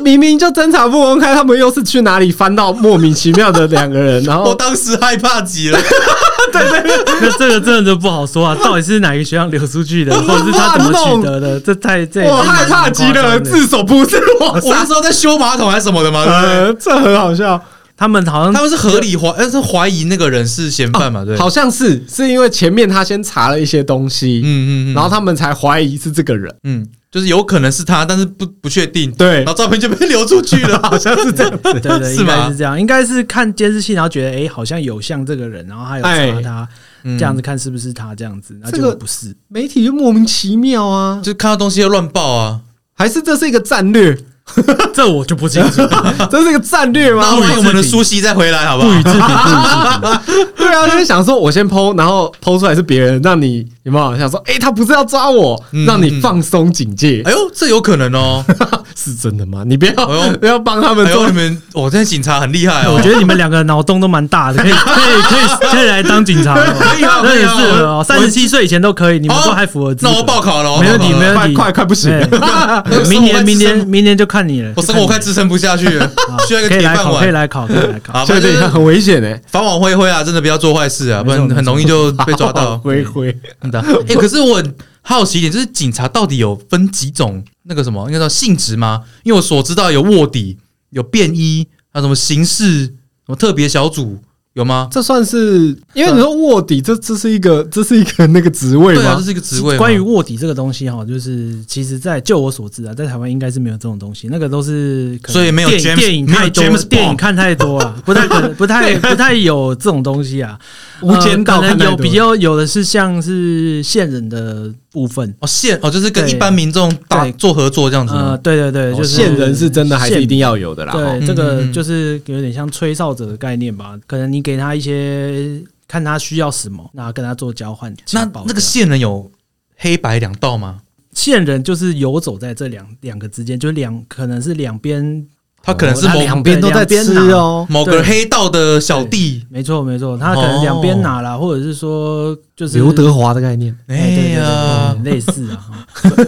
Speaker 1: 明明就侦查不公开，他们又是去哪里翻到莫名其妙的两个人，然
Speaker 2: 我
Speaker 1: 后
Speaker 2: 当时害怕极了，
Speaker 3: 那这个真的就不好说 啊，到底是哪个学校流出去的，或者是他怎么取得的？这太这也
Speaker 1: 我害怕极了，
Speaker 3: 这
Speaker 1: 自首不是
Speaker 3: 哦
Speaker 1: 我
Speaker 2: 我那
Speaker 1: 杀，
Speaker 2: 时候在修马桶还是什么的嘛，对不
Speaker 3: 哎
Speaker 2: 对？
Speaker 1: 呃，这很好笑。
Speaker 3: 他们好像
Speaker 2: 他们是合理怀，呃，是怀疑那个人是嫌犯
Speaker 3: 哦
Speaker 2: 嘛，对？
Speaker 1: 好，像是是因为前面他先查了一些东西，
Speaker 2: 嗯嗯嗯，
Speaker 1: 然后他们才怀疑是这个人，
Speaker 2: 嗯，就是有可能是他，但是不不确定，
Speaker 1: 对
Speaker 2: 然后照片就被流出去 了，
Speaker 1: 好像是这样。
Speaker 3: 对对对，
Speaker 2: 是
Speaker 3: 应
Speaker 2: 吗
Speaker 3: 该是这样，应该是看监视器，然后觉得哎、诶好像有像这个人，然后他有查
Speaker 1: 哎
Speaker 3: 他，
Speaker 2: 嗯
Speaker 3: 这样子看是不是他这样子，那
Speaker 1: 这
Speaker 3: 就
Speaker 1: 个
Speaker 3: 不是。
Speaker 1: 媒体就莫名其妙啊，
Speaker 2: 就看到东西就乱报啊，
Speaker 1: 还是这是一个战略？
Speaker 3: 这我就不清 楚。
Speaker 1: 这是一个战略吗
Speaker 3: 啊
Speaker 2: 那？我我们的苏西再回来好不好？
Speaker 1: 对啊，就是想说我先剖，然后剖出来是别人，让你有没有想说，哎、他不是要抓我，
Speaker 2: 嗯
Speaker 1: 让你放松警戒，哎
Speaker 2: 哎呦，这有可能 哦。
Speaker 1: 是真的吗？你不要、
Speaker 2: 哎呦
Speaker 1: 不要帮他们
Speaker 2: 哎
Speaker 1: 做
Speaker 2: 呦，你们，我这警察很厉害哦
Speaker 3: 我。觉得你们两个脑洞都蛮 大的，可以可以可以可以来当警察了，
Speaker 2: 可以啊
Speaker 3: 那
Speaker 2: 可以
Speaker 3: 也
Speaker 2: 啊
Speaker 3: 是哦，三十七岁以前都可以，你们都还符合资
Speaker 2: 哦那
Speaker 3: 格。
Speaker 2: 我报考了，我
Speaker 3: 没问
Speaker 2: 报考
Speaker 3: 题，
Speaker 2: 了
Speaker 3: 没问
Speaker 1: 快
Speaker 3: 题，
Speaker 1: 快快不行了
Speaker 3: 哎明年明年明年就看你了，
Speaker 2: 我生活快支撑不下去了，需要一个
Speaker 3: 可以
Speaker 2: 铁
Speaker 3: 来
Speaker 2: 饭
Speaker 3: 考，啊可以
Speaker 2: 碗。
Speaker 3: 来考，可以来 考。
Speaker 2: 好，
Speaker 1: 对
Speaker 2: 反
Speaker 1: 对，
Speaker 2: 正
Speaker 1: 很危险哎、
Speaker 2: 法网恢恢啊，真的不要做坏事啊，
Speaker 3: 没错
Speaker 2: 不然很容易 就被抓到。
Speaker 1: 灰灰，
Speaker 2: 真的，哎，可是我很好奇一点，就是警察到底有分几种那个什么，应该叫性质吗？因为我所知道有卧底、有便衣，还有什么刑事、什么特别小组，有吗？
Speaker 1: 这算是因
Speaker 3: 呃
Speaker 1: 为你说卧底，这这是一个这是一个那个职位
Speaker 2: 对啊，这
Speaker 1: 吗？
Speaker 2: 是一个职位吗。
Speaker 3: 关于卧底这个东西哈，就是其实在就我所知啊，在台湾应该是没有这种东西，那个都是可能
Speaker 2: 所以没有
Speaker 3: 电
Speaker 2: James-
Speaker 3: 电影
Speaker 2: 没有
Speaker 3: 太多
Speaker 2: James，Bond
Speaker 3: 电影看太多啊，不太可能，不太不太有这种东西啊。
Speaker 1: 无间道
Speaker 3: 呃可
Speaker 1: 看太
Speaker 3: 能
Speaker 1: 多
Speaker 3: 有比较有的是像是线人的部分，
Speaker 2: 哦，线哦，就是跟
Speaker 3: 对
Speaker 2: 一般民众打
Speaker 3: 对
Speaker 2: 做合作这样子
Speaker 3: 呃，
Speaker 2: 哦吗。
Speaker 3: 对对对，就是
Speaker 1: 线哦人是真的还是一定要有的啦？哦
Speaker 3: 对，
Speaker 2: 嗯
Speaker 3: 这个
Speaker 2: 嗯嗯
Speaker 3: 就是有点像吹哨者的概念吧，可能你给他一些。看他需要什么，那跟他做交换。
Speaker 2: 那
Speaker 3: 情报
Speaker 2: 那个
Speaker 3: 这样
Speaker 2: 线人有黑白两道吗？
Speaker 3: 线人就是游走在这两两个之间，就是两可能是两边
Speaker 2: 他可能是
Speaker 1: 哦他
Speaker 2: 某
Speaker 1: 两边都
Speaker 3: 啊
Speaker 1: 在吃哦。
Speaker 2: 某个黑道的小弟。
Speaker 3: 没错没错，他可能两边拿啦，或者是说就是
Speaker 1: 哦刘德华的概念
Speaker 2: 哎
Speaker 3: 哎对对对
Speaker 2: 呀，
Speaker 3: 对对类似啊， 哈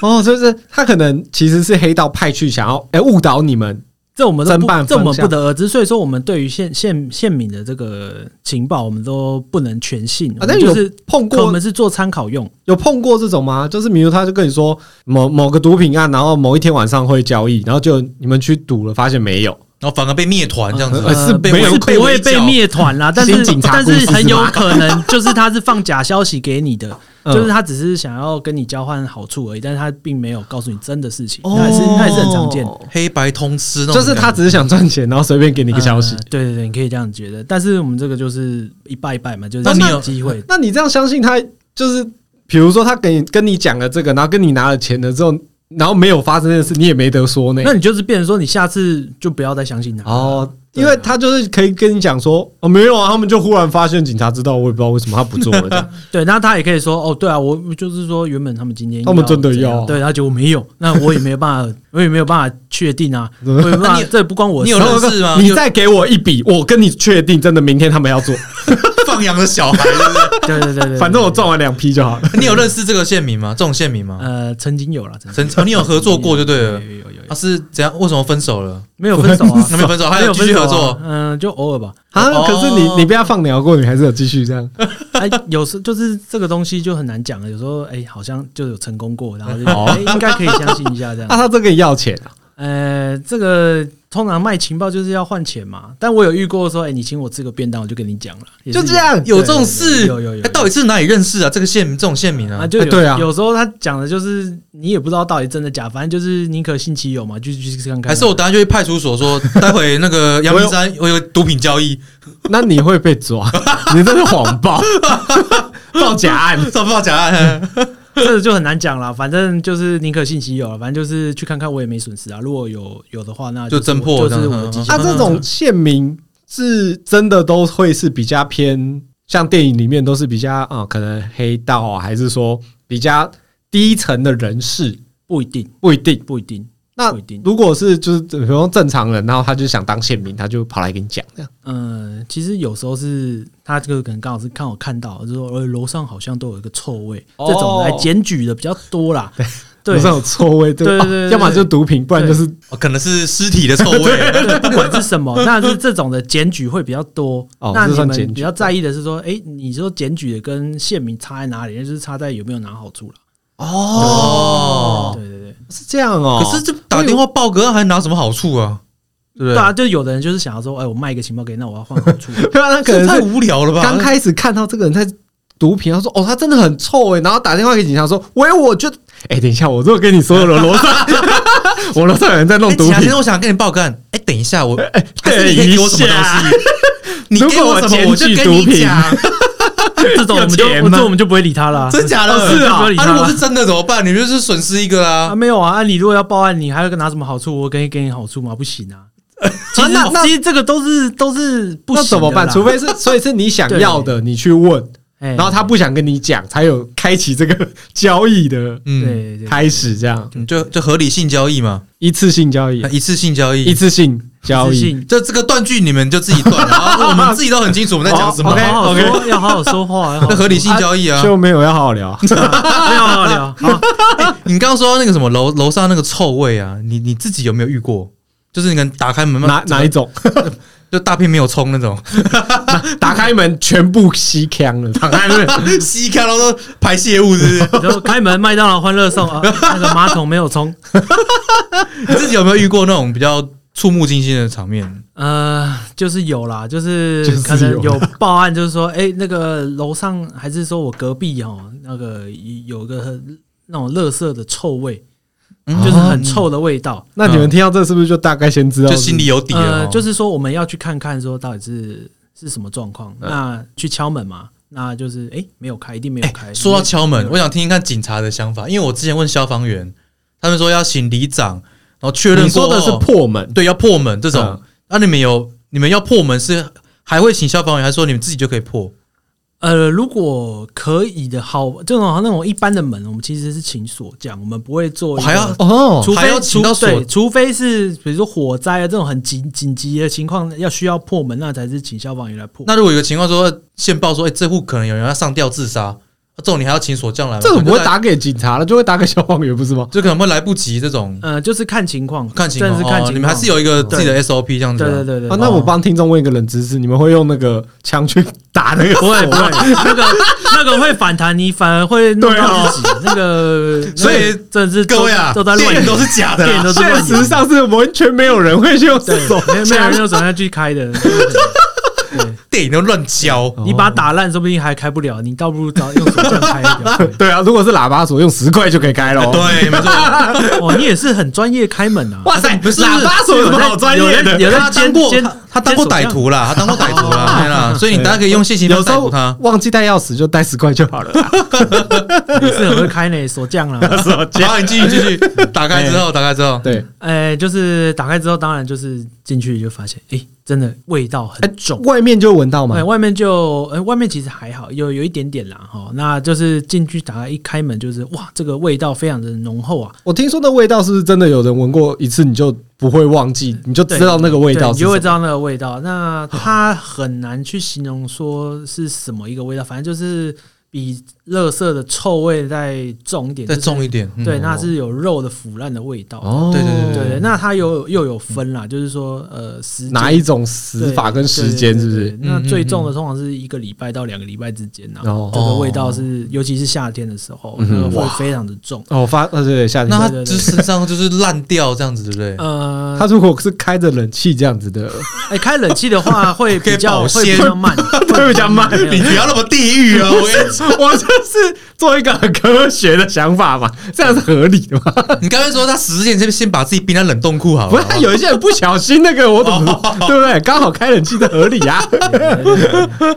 Speaker 1: 哦，就是他可能其实是黑道派去想要哎误导你们，
Speaker 3: 这我 们都
Speaker 1: 侦办方向
Speaker 3: 不这我们不得而知，所以说我们对于县县县民的这个情报，我们都不能全信，
Speaker 1: 啊，但
Speaker 3: 我
Speaker 1: 有
Speaker 3: 们就是
Speaker 1: 碰
Speaker 3: 我
Speaker 1: 过
Speaker 3: 们是做参考用，
Speaker 1: 有碰过这种吗？就是比如他就跟你说某某个毒品案，然后某一天晚上会交易，然后就你们去赌了，发现没有，
Speaker 2: 然后反而被灭团这样子
Speaker 1: 呃，是
Speaker 2: 被
Speaker 1: 没
Speaker 2: 围
Speaker 1: 有
Speaker 3: 是
Speaker 2: 被
Speaker 3: 不会
Speaker 2: 围
Speaker 3: 被
Speaker 2: 剿。
Speaker 3: 灭团啦，但
Speaker 1: 新
Speaker 3: 是
Speaker 1: 警察
Speaker 3: 但
Speaker 1: 故事是
Speaker 3: 是
Speaker 1: 吗
Speaker 3: 很有可能就是他是放假消息给你的，
Speaker 1: 嗯
Speaker 3: 就是他只是想要跟你交换好处而已，但是他并没有告诉你真的事情，
Speaker 1: 哦
Speaker 3: 那也是那也是很常见的。
Speaker 2: 黑白通吃那种
Speaker 1: 就
Speaker 2: 感觉，
Speaker 1: 是他只是想赚钱，然后随便给你一个消息
Speaker 3: 呃。对对对，你可以这样觉得。但是我们这个就是一拜一拜嘛，就是
Speaker 2: 那你
Speaker 3: 让
Speaker 2: 有
Speaker 3: 机会。
Speaker 1: 那你这样相信他，就是比如说他跟你跟你讲了这个，然后跟你拿了钱了之后，然后没有发生这件事，你也没得说呢。
Speaker 3: 那你就是变成说，你下次就不要再相信他。
Speaker 1: 哦，
Speaker 3: 对
Speaker 1: 因
Speaker 3: 啊
Speaker 1: 为他就是可以跟你讲说，哦，没有啊，他们就忽然发现警察知道，我也不知道为什么他不做了这样。
Speaker 3: 对，那他也可以说，哦，对啊，我就是说，原本他们今天
Speaker 1: 他们真的
Speaker 3: 怎样
Speaker 1: 要啊
Speaker 3: 对，然后结果没有，那我也没有 办法，我也没有办法确定啊，我也没有办
Speaker 2: 那
Speaker 3: 法，
Speaker 2: 你
Speaker 3: 这不关我的
Speaker 2: 你有
Speaker 3: 事
Speaker 1: 然后
Speaker 2: 认
Speaker 1: 我
Speaker 2: 识吗
Speaker 1: 说？ 你再给我一笔，我跟你确定，真的明天他们要做，
Speaker 2: 放羊的小孩， 对不对
Speaker 3: 对对对对对，
Speaker 1: 反正我赚完两批就好了。
Speaker 2: 你有认识这个县民吗？这种县民吗？
Speaker 3: 呃，曾经有了，曾
Speaker 2: 曾哦你有合作过就对了
Speaker 3: 有有有有
Speaker 2: 他是怎样？为什么分手了？
Speaker 3: 没有分手啊，
Speaker 2: 那没有分手，还
Speaker 3: 没
Speaker 2: 有
Speaker 3: 有
Speaker 2: 继
Speaker 3: 分
Speaker 2: 续
Speaker 3: 手
Speaker 2: 合
Speaker 3: 啊
Speaker 2: 作。
Speaker 3: 嗯，就偶尔吧。
Speaker 1: 啊，可是你
Speaker 2: 哦
Speaker 1: 你被他放鸟过，你还是有继续这样。
Speaker 3: 哎，有时就是这个东西就很难讲了，有时候哎，好像就有成功过，然后就
Speaker 2: 哦
Speaker 3: 哎应该可以相信一下这样
Speaker 1: 啊，。他这个要钱啊，
Speaker 3: 呃，这个通常卖情报就是要换钱嘛，但我有遇过说，哎，你请我吃个便当，我就跟你讲了，也是
Speaker 1: 就这样。
Speaker 2: 有这种事？
Speaker 3: 对有有有有
Speaker 2: 哎到底是哪里认识啊？这个县民，这种县民
Speaker 3: 啊，
Speaker 2: 啊？
Speaker 3: 就有、
Speaker 1: 哎对啊
Speaker 3: 有时候他讲的就是你也不知道到底真的假，反正就是宁可信其有嘛，就就去看看。啊
Speaker 2: 还是我等下就去派出所说，待会那个阳明山我有毒品交易，
Speaker 1: 那你会被抓， 你这是谎报， 报假案。
Speaker 2: 找不到假案。
Speaker 3: 这就很难讲了，反正就是宁可信其有了，反正就是去看看，我也没损失啊。如果有有的话，那
Speaker 2: 就是
Speaker 3: 我
Speaker 2: 侦破
Speaker 3: 就是
Speaker 2: 这
Speaker 3: 我
Speaker 2: 样嗯
Speaker 3: 的极限。
Speaker 1: 他啊这种县民是真的都会是比较偏，像电影里面都是比较啊、呃可能黑道啊，还是说比较低层的人士，
Speaker 3: 不一定，
Speaker 1: 不一定。
Speaker 3: 不一定，
Speaker 1: 那
Speaker 3: 不一定。
Speaker 1: 如果是就是比如说正常人，然后他就想当县民，他就跑来跟你讲这样。
Speaker 3: 嗯，其实有时候是他这个可能刚好是看我看到，就是说呃楼上好像都有一个臭味，
Speaker 1: 哦
Speaker 3: 这种来检举的比较多啦。对
Speaker 1: 有这。种错位，对
Speaker 3: 对
Speaker 1: 吧
Speaker 3: 对对对
Speaker 1: 要么就毒品，不然就是
Speaker 2: 哦可能是尸体的臭味。
Speaker 3: 对不管是什么，那是这种的检举会比较多。
Speaker 1: 哦
Speaker 3: 那
Speaker 1: 这
Speaker 3: 你
Speaker 1: 算检
Speaker 3: 们
Speaker 1: 举
Speaker 3: 比较在意的是说，哎、你说检举的跟县民差在哪里？那就是差在有没有拿好处了。
Speaker 2: 哦，
Speaker 3: 对对对，
Speaker 1: 是这样哦。
Speaker 2: 可是这打电话报个案还拿什么好处啊？对不
Speaker 3: 对
Speaker 2: 对？
Speaker 3: 啊，就有的人就是想要说，哎、我卖一个情报给你，那我要换好处。
Speaker 1: 对啊，他可
Speaker 2: 这
Speaker 1: 能
Speaker 2: 太
Speaker 1: 是
Speaker 2: 无聊了吧？哎
Speaker 1: 刚开始看到这个人在毒品，他说：“哦，他真的很臭哎、然后打电话给警察说：“喂，我就……哎、等一下，我如果跟你说了楼 上，我楼上有人在弄
Speaker 2: 哎，
Speaker 1: 毒
Speaker 2: 其他
Speaker 1: 品
Speaker 2: 先生，，我想跟你报个案。哎，等一下，我还
Speaker 1: 等
Speaker 2: 是你可以给我什么
Speaker 1: 一下
Speaker 2: 东西？你给我什么，我就跟你讲。
Speaker 3: 这种我们就
Speaker 1: 有钱
Speaker 3: 我
Speaker 1: 吗
Speaker 3: 这我们就不会理他啦。
Speaker 2: 真假的？
Speaker 3: 哦是啊
Speaker 2: 啊，
Speaker 3: 不要理他
Speaker 2: 如果是真的怎么办？你就是损失一个
Speaker 3: 啊，
Speaker 2: 啊。
Speaker 3: 没有啊，啊，你如果要报案，你还要拿什么好处？我给你给你好处吗？不行啊。其实
Speaker 1: 那那
Speaker 3: 其实这个都是都是
Speaker 1: 那
Speaker 3: 不行的啦
Speaker 1: 怎么办？除非是，所以是你想要的，你去问，
Speaker 3: 哎
Speaker 1: 然后他不想跟你讲，才有开启这个交易的
Speaker 3: 对
Speaker 2: 嗯，
Speaker 3: 对对
Speaker 1: 开始，这样
Speaker 2: 嗯就就合理性交易嘛，
Speaker 1: 一次性交易啊
Speaker 2: 那，一次性交易，
Speaker 1: 哎一次性交
Speaker 3: 自
Speaker 1: 易，
Speaker 3: 信
Speaker 2: 就这个断句你们就自己断， 然后我们自己都很清楚我们在讲什么。
Speaker 1: 哦，OK
Speaker 3: 好好说，要好好说话，要好好
Speaker 2: 那合理性
Speaker 3: 说
Speaker 2: 交易啊，
Speaker 1: 就没有要好好聊。
Speaker 3: 话没有好好聊。好，
Speaker 2: 你刚刚说到那个什么楼楼上那个臭味啊，你你自己有没有遇过？就是你可能打开门
Speaker 1: 哪
Speaker 2: 嘛，
Speaker 1: 哪一 种？
Speaker 2: 就大便没有冲那种，
Speaker 1: 打开门全部吸腔了，打开 门
Speaker 2: 吸看到都排泄物，是不 是？
Speaker 3: 然后开门麦当劳欢乐颂啊，那个马桶没有冲。
Speaker 2: 你自己有没有遇过那种比较触目惊心的场面？
Speaker 3: 呃，就是有啦，就是
Speaker 1: 就是
Speaker 3: 可能
Speaker 1: 有
Speaker 3: 有报案，就是说，哎、那个楼上还是说我隔壁哦，那个有个那种垃圾的臭味，
Speaker 2: 嗯
Speaker 3: 就是很臭的味道。
Speaker 1: 那你们听到这是不是嗯就大概先知道？
Speaker 2: 就是心里有底了
Speaker 3: 呃，
Speaker 2: 哦。
Speaker 3: 就是说我们要去看看，说到底是是什么状况，
Speaker 1: 嗯
Speaker 3: 那去敲门嘛，那就是哎、没有开，一定没有开。
Speaker 2: 说到敲门，
Speaker 3: 没有
Speaker 2: 我想听听看警察的想法，因为我之前问消防员，他们说要请里长，然后确认
Speaker 1: 你
Speaker 2: 过
Speaker 1: 说的是
Speaker 2: 后
Speaker 1: 破门，
Speaker 2: 对，要破门这种
Speaker 1: 嗯。
Speaker 2: 那、你们有你们要破门是还会请消防员，还是说你们自己就可以破？
Speaker 3: 呃，如果可以的好，这种那种一般的门，我们其实是请锁匠，我们不会做
Speaker 2: 我
Speaker 3: 一个、
Speaker 2: 还要
Speaker 1: 哦，
Speaker 3: 除
Speaker 2: 还
Speaker 3: 非
Speaker 2: 要
Speaker 3: 除
Speaker 2: 请到锁
Speaker 3: 对，除非是比如说火灾啊这种很紧紧急的情况，要需要破门，那才是请消防员来破。
Speaker 2: 那如果有个情况说线报说，哎、这户可能有人要上吊自杀，啊这种你还要请锁匠来吗？
Speaker 1: 这个不
Speaker 2: 可
Speaker 1: 会
Speaker 2: 能就来，
Speaker 1: 打给警察了，就会打给消防员，不是吗？
Speaker 2: 就可能会来不及这种。
Speaker 3: 呃，就是看情况，
Speaker 2: 看情况，
Speaker 3: 真的是看情
Speaker 2: 哦
Speaker 3: 况。
Speaker 2: 你们还是有一个自己的 SOP 这样子、
Speaker 3: 对
Speaker 2: 啊。
Speaker 3: 对对对。哦
Speaker 1: 啊，那我帮听众问一个冷知识，你们会用那个枪去打 那个？
Speaker 3: 不 会不会，那个那个会反弹，你反而会弄到自己。那个，
Speaker 2: 啊 所以
Speaker 3: 那个真的是
Speaker 2: 各位啊，
Speaker 3: 都都在
Speaker 2: 电
Speaker 3: 乱
Speaker 2: 影都是假的
Speaker 3: 电影
Speaker 2: 啦。
Speaker 3: 都是
Speaker 1: 现
Speaker 3: 乱
Speaker 1: 实上是完全没有人会去用
Speaker 3: 对，
Speaker 1: 手
Speaker 3: 没有没有人用手下去 开的。
Speaker 2: 电影都乱教。
Speaker 3: 你把它打烂，说不定还开不了，你倒不如找用手这样开一条。
Speaker 1: 对啊，如果是喇叭锁，用十块就可以开了。
Speaker 2: 对，没错。
Speaker 3: 哦，你也是很专业开门啊！
Speaker 1: 哇塞，
Speaker 2: 不是
Speaker 1: 喇叭锁有什么好专业的？
Speaker 3: 有人
Speaker 2: 他当
Speaker 3: 监
Speaker 2: 过
Speaker 3: 监
Speaker 2: 他他当过歹徒啦，他当过歹徒
Speaker 3: 哦
Speaker 2: 啦，对啦，所以你大家可以用现行法
Speaker 1: 有时
Speaker 2: 逮
Speaker 1: 候
Speaker 2: 捕他。
Speaker 1: 忘记带钥匙就带十块就好了。
Speaker 3: 也是很会开呢，锁匠啊啦。
Speaker 2: 好，你继 续继续，打开之后，打开之后，
Speaker 1: 对，
Speaker 3: 哎，就是打开之后，当然就是进去就发现，哎，真的味道
Speaker 2: 哎
Speaker 3: 很重。
Speaker 1: 外面就闻到嘛
Speaker 3: 哎，。外面就哎，外面其实还好，有有一点点啦哈。那就是进去打开一开门，就是哇，这个味道非常的浓厚啊，
Speaker 1: 我听说那味道是不是真的？有人闻过一次你就不会忘记，你就知道那个味
Speaker 3: 对
Speaker 1: 道
Speaker 3: 你
Speaker 1: 是什
Speaker 3: 就
Speaker 1: 么
Speaker 3: 会知道那个味道。那它很难去形容说是什么一个味道，反正就是比垃圾的臭味再重一点，
Speaker 2: 再
Speaker 3: 就是
Speaker 2: 重一点。嗯
Speaker 3: 对，那是有肉的腐烂的味道。
Speaker 1: 哦
Speaker 2: 对对
Speaker 3: 对
Speaker 2: 对
Speaker 3: 对，那它有又有分啦，就是说呃时间
Speaker 1: 哪一种死法跟时间是不
Speaker 3: 对
Speaker 1: 是？
Speaker 3: 对对对
Speaker 2: 嗯嗯
Speaker 3: 那最重的通常是一个礼拜到两个礼拜之间啊，
Speaker 1: 哦
Speaker 3: 这个味道是，尤其是夏天的时候，
Speaker 1: 嗯哼
Speaker 3: 那个会
Speaker 1: 哇
Speaker 3: 非常的重。
Speaker 1: 哦，发呃对对夏天
Speaker 2: 那。他
Speaker 3: 对对
Speaker 2: 就
Speaker 3: 对
Speaker 2: 身上就是烂掉这样子，对不对？
Speaker 3: 呃
Speaker 1: 他，如果是开着冷气这样子 的，
Speaker 3: 哎，开冷气的话会比 较
Speaker 2: 可以保
Speaker 3: 会
Speaker 2: 鲜
Speaker 3: 比较慢，
Speaker 1: 会比较慢
Speaker 3: 没有
Speaker 2: 你不要那么地狱啊！我跟 你讲
Speaker 1: 我就是做一个很科学的想法嘛，这样是合理的嘛？
Speaker 2: 你刚才说他死之前先先把自己冰在冷冻库好
Speaker 3: 哦
Speaker 1: 不
Speaker 2: 了
Speaker 1: 是，，他有一些人不小心那个，我懂，对不对？刚好开冷气的合理 啊。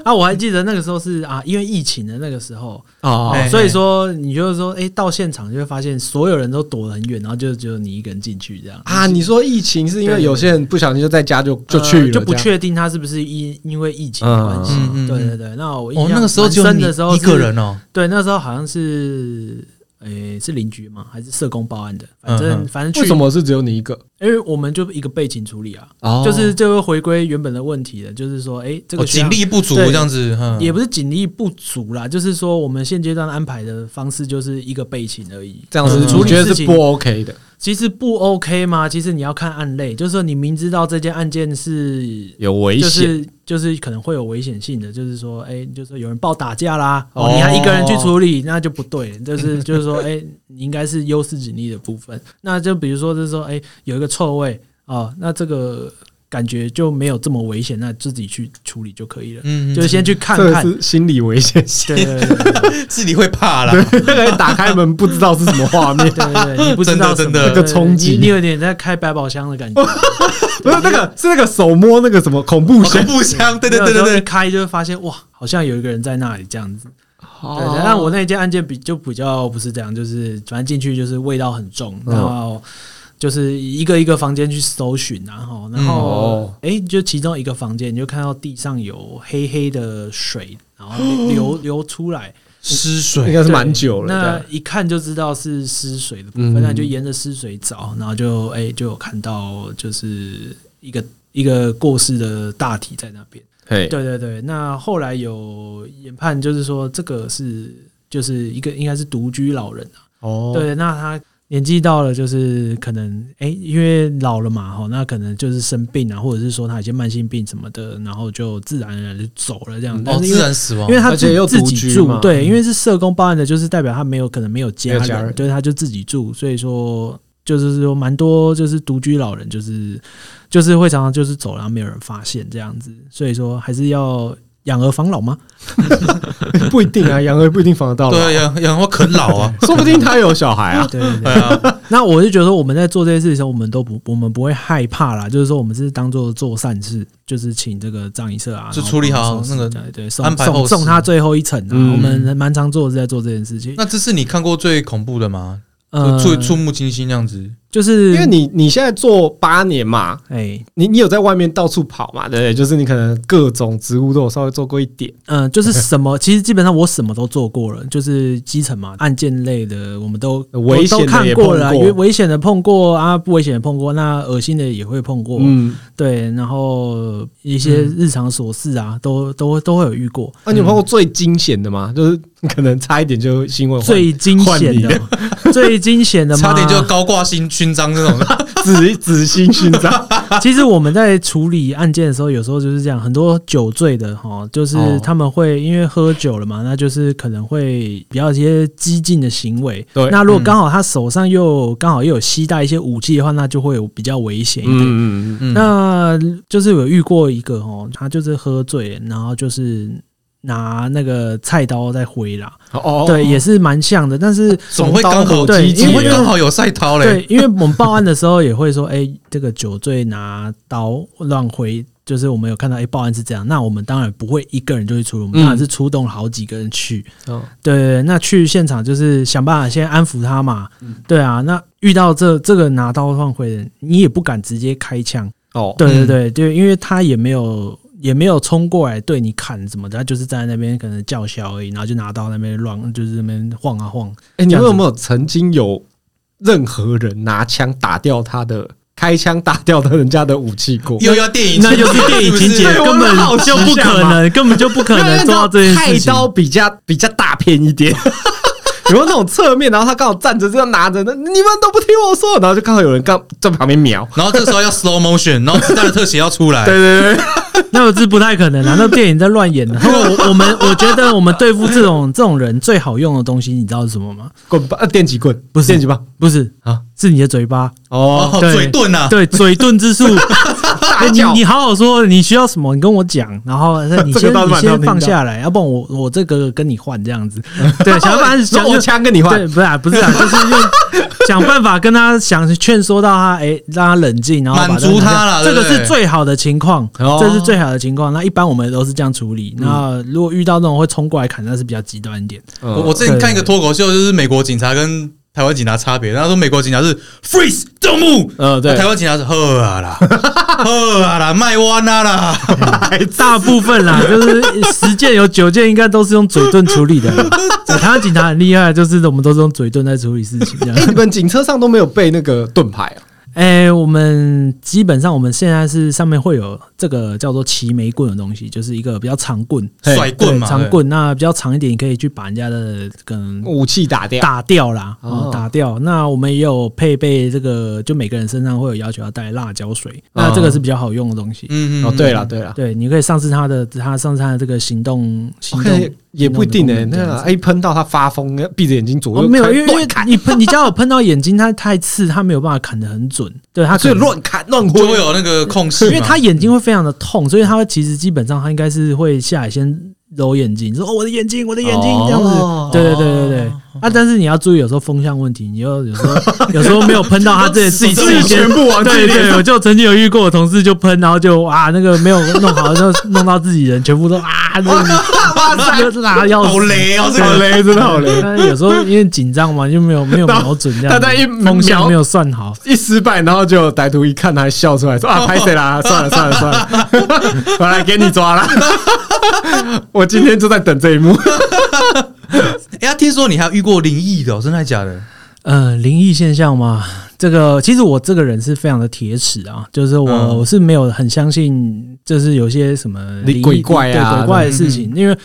Speaker 3: 啊，我还记得那个时候是啊，因为疫情的那个时候，
Speaker 1: 哦
Speaker 2: 哎
Speaker 3: 所以说你就是说，哎，到现场就会发现所有人都躲得很远，然后就只有你一个人进去这样。
Speaker 1: 啊，你说疫情是因为有些人不小心就在家就就
Speaker 3: 呃
Speaker 1: 去了，
Speaker 3: 就不
Speaker 1: 这样。
Speaker 3: 确定他是不是因因为疫情的关系
Speaker 2: 嗯嗯嗯。
Speaker 3: 对对对，那我印
Speaker 2: 哦，
Speaker 3: 象
Speaker 2: 那个时候
Speaker 3: 蛮
Speaker 2: 只有
Speaker 3: 深
Speaker 2: 你
Speaker 3: 的时候
Speaker 2: 一个
Speaker 3: 是
Speaker 2: 人哦，
Speaker 3: 对，那时候好像是，诶、是邻居嘛，还是社工报案的？反正、
Speaker 2: 嗯嗯
Speaker 3: 反正去
Speaker 1: 为什？么是只有你一个？
Speaker 3: 因为我们就一个背景处理啊，
Speaker 1: 哦
Speaker 3: 就是就会回归原本的问题了，就是说，诶、这
Speaker 2: 哦
Speaker 3: 个学校
Speaker 2: 警力不足
Speaker 3: 对
Speaker 2: 这样子，嗯
Speaker 3: 也不是警力不足啦，就是说我们现阶段安排的方式就是一个备勤而已。
Speaker 1: 这样子，
Speaker 2: 嗯
Speaker 1: 你觉得
Speaker 3: 处理事
Speaker 1: 是
Speaker 3: 情
Speaker 1: 不 OK 的？
Speaker 3: 其实不 OK 吗？其实你要看案类，就是说你明知道这件案件是
Speaker 1: 有危
Speaker 3: 就是就是可能会有危险性的，就是说，哎、就是说有人报打架啦，
Speaker 1: 哦
Speaker 3: 哦，你还一个人去处理，那就不对，就是 就是说，哎、你应该是优势警力的部分。那就比如说，就是说，哎、有一个臭味哦，那这个感觉就没有这么危险，那自己去处理就可以了。
Speaker 2: 嗯，
Speaker 3: 就是先去看
Speaker 1: 这个
Speaker 3: 看，
Speaker 1: 是心理危险 性。
Speaker 3: 对对对对
Speaker 2: 自己嗯会怕啦。
Speaker 1: 对，那个打开门不知道是什么画 面，
Speaker 3: 对对，你不知道
Speaker 2: 真的真的
Speaker 3: 什么
Speaker 1: 那个冲击
Speaker 3: 你你有点在开百宝箱的感觉。
Speaker 1: 不是那个是那个手摸那个什么恐怖
Speaker 2: 哦
Speaker 1: 箱，
Speaker 2: 不香，对对
Speaker 3: 有
Speaker 2: 对
Speaker 3: 时
Speaker 2: 对
Speaker 3: 候一
Speaker 2: 对，
Speaker 3: 开就会发现哇，好像有一个人在那里这样子。
Speaker 2: 哦
Speaker 3: 对，对但我那一件案件比就比较不是这样，就是反正进去就是味道很重，
Speaker 1: 嗯
Speaker 3: 然后就是一个一个房间去搜寻啊，然后然后
Speaker 1: 哦
Speaker 2: 嗯
Speaker 3: 哎、诶就其中一个房间你就看到地上有黑黑的水，然后 流流出来，
Speaker 2: 湿
Speaker 1: 应
Speaker 2: 水，
Speaker 1: 该是蛮久了。
Speaker 3: 那
Speaker 1: 对
Speaker 3: 一看就知道是湿水的部
Speaker 1: 嗯
Speaker 3: 分，那你就沿着湿水找，然后就哎、就有看到就是一个一个过世的大体在那边。
Speaker 1: 嘿，
Speaker 3: 对对对，那后来有研判，就是说这个是就是一个应该是独居老人啊。
Speaker 1: 哦，
Speaker 3: 对，那他年纪到了，就是可能哎、因为老了嘛，哈，那可能就是生病啊，或者是说他有些慢性病什么的，然后就自然而然就走了
Speaker 1: 嗯
Speaker 3: 这样。但
Speaker 2: 哦，
Speaker 3: 是因为
Speaker 2: 自然死亡
Speaker 3: 因为，他
Speaker 1: 而且
Speaker 3: 自
Speaker 1: 又
Speaker 3: 自
Speaker 1: 独
Speaker 3: 己
Speaker 1: 居
Speaker 3: 住
Speaker 1: 嘛，嗯
Speaker 3: 对，因为是社工报案的，就是代表他没有可能没有家
Speaker 1: 没有
Speaker 3: 人，
Speaker 1: 家人
Speaker 3: 对，他就自己住，所以说就是说蛮多就是独居老人，就是就是会常常就是走，然后没有人发现这样子，所以说还是要养儿防老吗？
Speaker 1: 不一定啊，养儿不一定防得到啦，
Speaker 2: 对养养花啃 老啊，
Speaker 1: 说不定他有小孩 啊。
Speaker 3: 对对
Speaker 2: 对
Speaker 3: 对。
Speaker 2: 啊，
Speaker 3: 那我就觉得说我们在做这些事情的时候，我们都不我们不会害怕啦，就是说我们是当做做善事，就是请这个葬仪社啊，
Speaker 2: 就
Speaker 3: 然后
Speaker 2: 处理好
Speaker 3: 帮他收拾
Speaker 2: 那个
Speaker 3: 对对，送
Speaker 2: 安排后
Speaker 3: 送
Speaker 2: 事
Speaker 3: 送他最后一程啊，
Speaker 1: 嗯
Speaker 3: 我们蛮常做的是在做这件事情。
Speaker 2: 那这是你看过最恐怖的吗？
Speaker 3: 呃，
Speaker 2: 最触目惊心那样子，
Speaker 3: 就是
Speaker 1: 因为你你现在做八年嘛，
Speaker 3: 哎，
Speaker 1: 你你有在外面到处跑嘛，对不对？就是你可能各种植物都有稍微做过一点，
Speaker 3: 嗯，就是什么， 其实基本上我什么都做过了，就是基层嘛，案件类的我们都
Speaker 1: 呃危险的
Speaker 3: 都看
Speaker 1: 也
Speaker 3: 过了，
Speaker 1: 碰过
Speaker 3: 因为危险的碰过啊，不危险的碰过，那恶心的也会碰过，
Speaker 1: 嗯，
Speaker 3: 对，然后一些日常琐事啊，都都都会有遇过。
Speaker 1: 那、你有碰过最惊险的吗？就是可能差一点就新闻
Speaker 3: 嗯 最惊险的，最惊险的吗，
Speaker 2: 差点就高挂勋勋章这种，
Speaker 1: 紫紫心勋 章，
Speaker 3: 其实我们在处理案件的时候，有时候就是这样，很多酒醉的哈，就是
Speaker 1: 哦
Speaker 3: 他们会因为喝酒了嘛，那就是可能会比较一些激进的行为。
Speaker 1: 对
Speaker 3: 那如果
Speaker 2: 嗯
Speaker 3: 刚好他手上又刚好又有携带一些武器的话，那就会有比较危险一点。
Speaker 1: 嗯嗯嗯，
Speaker 2: 嗯
Speaker 3: 那就是有遇过一个哦，他就是喝醉，然后就是拿那个菜刀在挥啦，
Speaker 1: 哦，
Speaker 3: 对，也是蛮像的，但是。
Speaker 2: 怎么会刚好啊
Speaker 1: 从刀口
Speaker 3: 对
Speaker 1: 击节
Speaker 2: 怎么
Speaker 3: 因
Speaker 2: 会
Speaker 3: 为
Speaker 2: 刚好有赛涛嘞？
Speaker 3: 对，因为我们报案的时候也会说，哎、这个酒醉拿刀乱挥，就是我们有看到，哎、报案是这样，那我们当然不会一个人就去处理，我
Speaker 1: 嗯
Speaker 3: 们当然是出动好几个人去。
Speaker 1: 哦
Speaker 3: 对，那去现场就是想办法先安抚他嘛。对啊，那遇到这这个拿刀乱挥的人，你也不敢直接开枪。
Speaker 1: 哦，
Speaker 3: 对对对，对，因为他也没有。也没有冲过来对你砍什么的，他就是站在那边可能叫嚣而已，然后就拿刀在那边乱，就是那边晃啊晃。
Speaker 1: 哎、你
Speaker 3: 这样
Speaker 1: 们
Speaker 3: 子
Speaker 1: 有没有曾经有任何人拿枪打掉他的开枪打掉的人家的武器过？
Speaker 2: 又要电影情
Speaker 3: 那
Speaker 2: 节，
Speaker 3: 就是电影情节，
Speaker 1: 对我
Speaker 3: 根本
Speaker 1: 们好
Speaker 3: 就不
Speaker 1: 形象
Speaker 3: 可
Speaker 1: 嘛
Speaker 3: 能，根本就不可
Speaker 1: 因为
Speaker 3: 能
Speaker 1: 那
Speaker 3: 做到这件
Speaker 1: 菜
Speaker 3: 事情。
Speaker 1: 刀比较比较大片一点， 有没有那种侧面，然后他刚好站着这样拿着，那你们都不听我说，然后就刚好有人刚在旁边瞄，
Speaker 2: 然后这时候要 slow motion，然后子弹的特写要出来，
Speaker 1: 对对对，
Speaker 3: 那我是不太可能啊，那电影在 乱演的。然后我我们我觉得我们对付这种这种人最好用的东西，你知道是什么吗？
Speaker 1: 滚吧，呃电击棍
Speaker 3: 不是
Speaker 1: 电击棒
Speaker 3: 不是
Speaker 2: 啊，
Speaker 3: 是你的嘴巴，
Speaker 2: 哦
Speaker 1: 哦，，
Speaker 3: 对
Speaker 2: 嘴遁啊，
Speaker 3: 对，嘴遁之 术。
Speaker 1: 大
Speaker 3: 哎 你
Speaker 1: 叫
Speaker 3: 你好好说，你需要什么，你跟我讲，然后你
Speaker 1: 这个
Speaker 3: 先
Speaker 1: 倒是
Speaker 3: 你
Speaker 1: 蛮常
Speaker 3: 先
Speaker 1: 听到
Speaker 3: 放下来，要不然我我这个跟你换这 样子。对，想办法
Speaker 1: 说
Speaker 3: 想
Speaker 1: 我枪跟你
Speaker 3: 对，
Speaker 1: 换，
Speaker 3: 不是啊，不是啊，就是用想办法跟他想劝说到他，哎、让他冷静，然后把
Speaker 2: 满足
Speaker 3: 这个
Speaker 2: 他啦
Speaker 3: 这个
Speaker 2: 对不对
Speaker 3: 是最好的情况，
Speaker 1: 哦
Speaker 3: 这是最好的情况。那一般我们都是这样处理。那
Speaker 2: 嗯
Speaker 3: 如果遇到那种会冲过来砍，那是比较极端一点。
Speaker 2: 我
Speaker 1: 我
Speaker 2: 我之前看一个脱口秀，就是美国警察跟台湾警察差别，然后说美国警察是 freeze 动物，
Speaker 1: 呃对
Speaker 2: 那台湾警察是喝啊啦，喝啊啦，卖弯啊啦，
Speaker 3: 大部分啦，就是十件有九件应该都是用嘴遁 处理的。对台湾警察很厉害，就是我们都是用嘴遁在处理事情这 样
Speaker 1: 哎、。你们警车上都没有备那个盾牌啊？
Speaker 3: 哎、我们基本上我们现在是上面会有这个叫做齐眉棍的东西，就是一个比较长棍，
Speaker 1: 嘿
Speaker 2: 甩棍嘛，
Speaker 3: 对长
Speaker 2: 对，
Speaker 3: 棍，那比较长一点，你可以去把人家的可能
Speaker 1: 武器打掉，
Speaker 3: 打掉啦，
Speaker 1: 哦
Speaker 3: 哦，打掉。那我们也有配备这个，就每个人身上会有要求要带辣椒水，那这个是比较好用的东西。
Speaker 2: 嗯
Speaker 1: 哦对了，对了。
Speaker 3: 对，你可以上次他的他上次他的这个行动行
Speaker 1: 看
Speaker 3: 动
Speaker 1: 也不一定呢、
Speaker 3: 行动的
Speaker 1: 那
Speaker 3: 功能这
Speaker 1: 个
Speaker 3: 样子
Speaker 1: 哎一喷到他发疯，闭着眼睛左
Speaker 3: 哦
Speaker 1: 右
Speaker 3: 没有，
Speaker 1: 看
Speaker 3: 因为因
Speaker 1: 乱
Speaker 3: 为
Speaker 1: 砍
Speaker 3: 你喷你只要有喷到眼睛，它太刺，它没有办法砍得很钝，对他可
Speaker 1: 所以
Speaker 3: 能
Speaker 1: 乱砍乱挥
Speaker 2: 就会有那个空隙
Speaker 3: 因
Speaker 2: 嘛，
Speaker 3: 为他眼睛会非常的痛，所以他其实基本上他应该是会下来先揉眼睛，说哦我的眼睛，我的眼睛这样子。
Speaker 1: 哦
Speaker 3: 对对对对对。啊，但是你要注意，有时候风向问题，你又有时候有时候没有喷到他自己自己
Speaker 1: 自己
Speaker 3: 自己
Speaker 1: 全
Speaker 3: 先。
Speaker 1: 部往自己
Speaker 3: 对
Speaker 1: 脸
Speaker 3: 对，
Speaker 1: 上
Speaker 3: 我就曾经有遇过，我同事就喷，然后就啊那个没有弄好，就弄到自己人全部都啊， 哇塞，就是拿钥匙，
Speaker 2: 好雷哦，这
Speaker 1: 好
Speaker 2: 个
Speaker 1: 雷，真的好雷。
Speaker 3: 但是有时候因为紧张嘛，就没有没 有
Speaker 1: 然后
Speaker 3: 瞄准这样
Speaker 1: 他
Speaker 3: 子，
Speaker 1: 在一
Speaker 3: 风向
Speaker 1: 瞄
Speaker 3: 没有算好，
Speaker 1: 一失败，然后就歹徒一看，他还笑出来说：“啊，拍谁啦？算了算了算了，我来给你抓啦！ 我今天就在等这一幕。
Speaker 2: 哎，他听说你还遇过灵异的哦，真的还假的？
Speaker 3: 呃，灵异现象嘛，这个其实我这个人是非常的铁齿啊，就是我、
Speaker 2: 嗯
Speaker 3: 我是没有很相信，就是有些什么
Speaker 1: 你
Speaker 3: 灵异
Speaker 1: 鬼怪啊
Speaker 3: 对鬼怪的
Speaker 2: 嗯
Speaker 3: 事情，因为。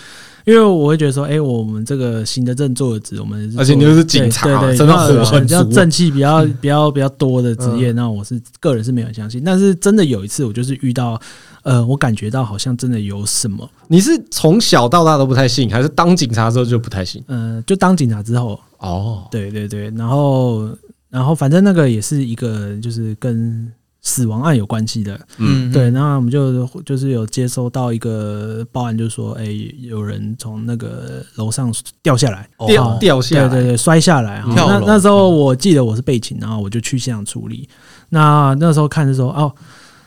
Speaker 3: 因为我会觉得说，哎、我们这个行的正坐的职，我们是
Speaker 1: 而且你又是警察
Speaker 3: 对对对
Speaker 1: 身上
Speaker 3: 要
Speaker 1: 火
Speaker 3: 有
Speaker 1: 很
Speaker 3: 比较
Speaker 1: 足啊嗯
Speaker 3: 正气 比较比较比较多的职业，那我是个人是没有很相信。但是真的有一次，我就是遇到，呃，我感觉到好像真的有什么，”
Speaker 1: 你是从小到大都不太信，还是当警察之后就不太信？
Speaker 3: 呃，就当警察之后，
Speaker 1: 哦，
Speaker 3: 对对对，然后然后反正那个也是一个就是跟死亡案有关系的，
Speaker 2: 嗯，
Speaker 3: 对，那我们就就是有接收到一个报案，就是说，哎、有人从那个楼上掉下来，
Speaker 2: 哦
Speaker 1: 掉掉下
Speaker 3: 对对
Speaker 1: 来，
Speaker 3: 对，摔下来哈。
Speaker 2: 跳
Speaker 3: 那
Speaker 2: 楼
Speaker 3: 那时候我记得我是被擒，然后我就去现场处理。那那时候看的时候，哦，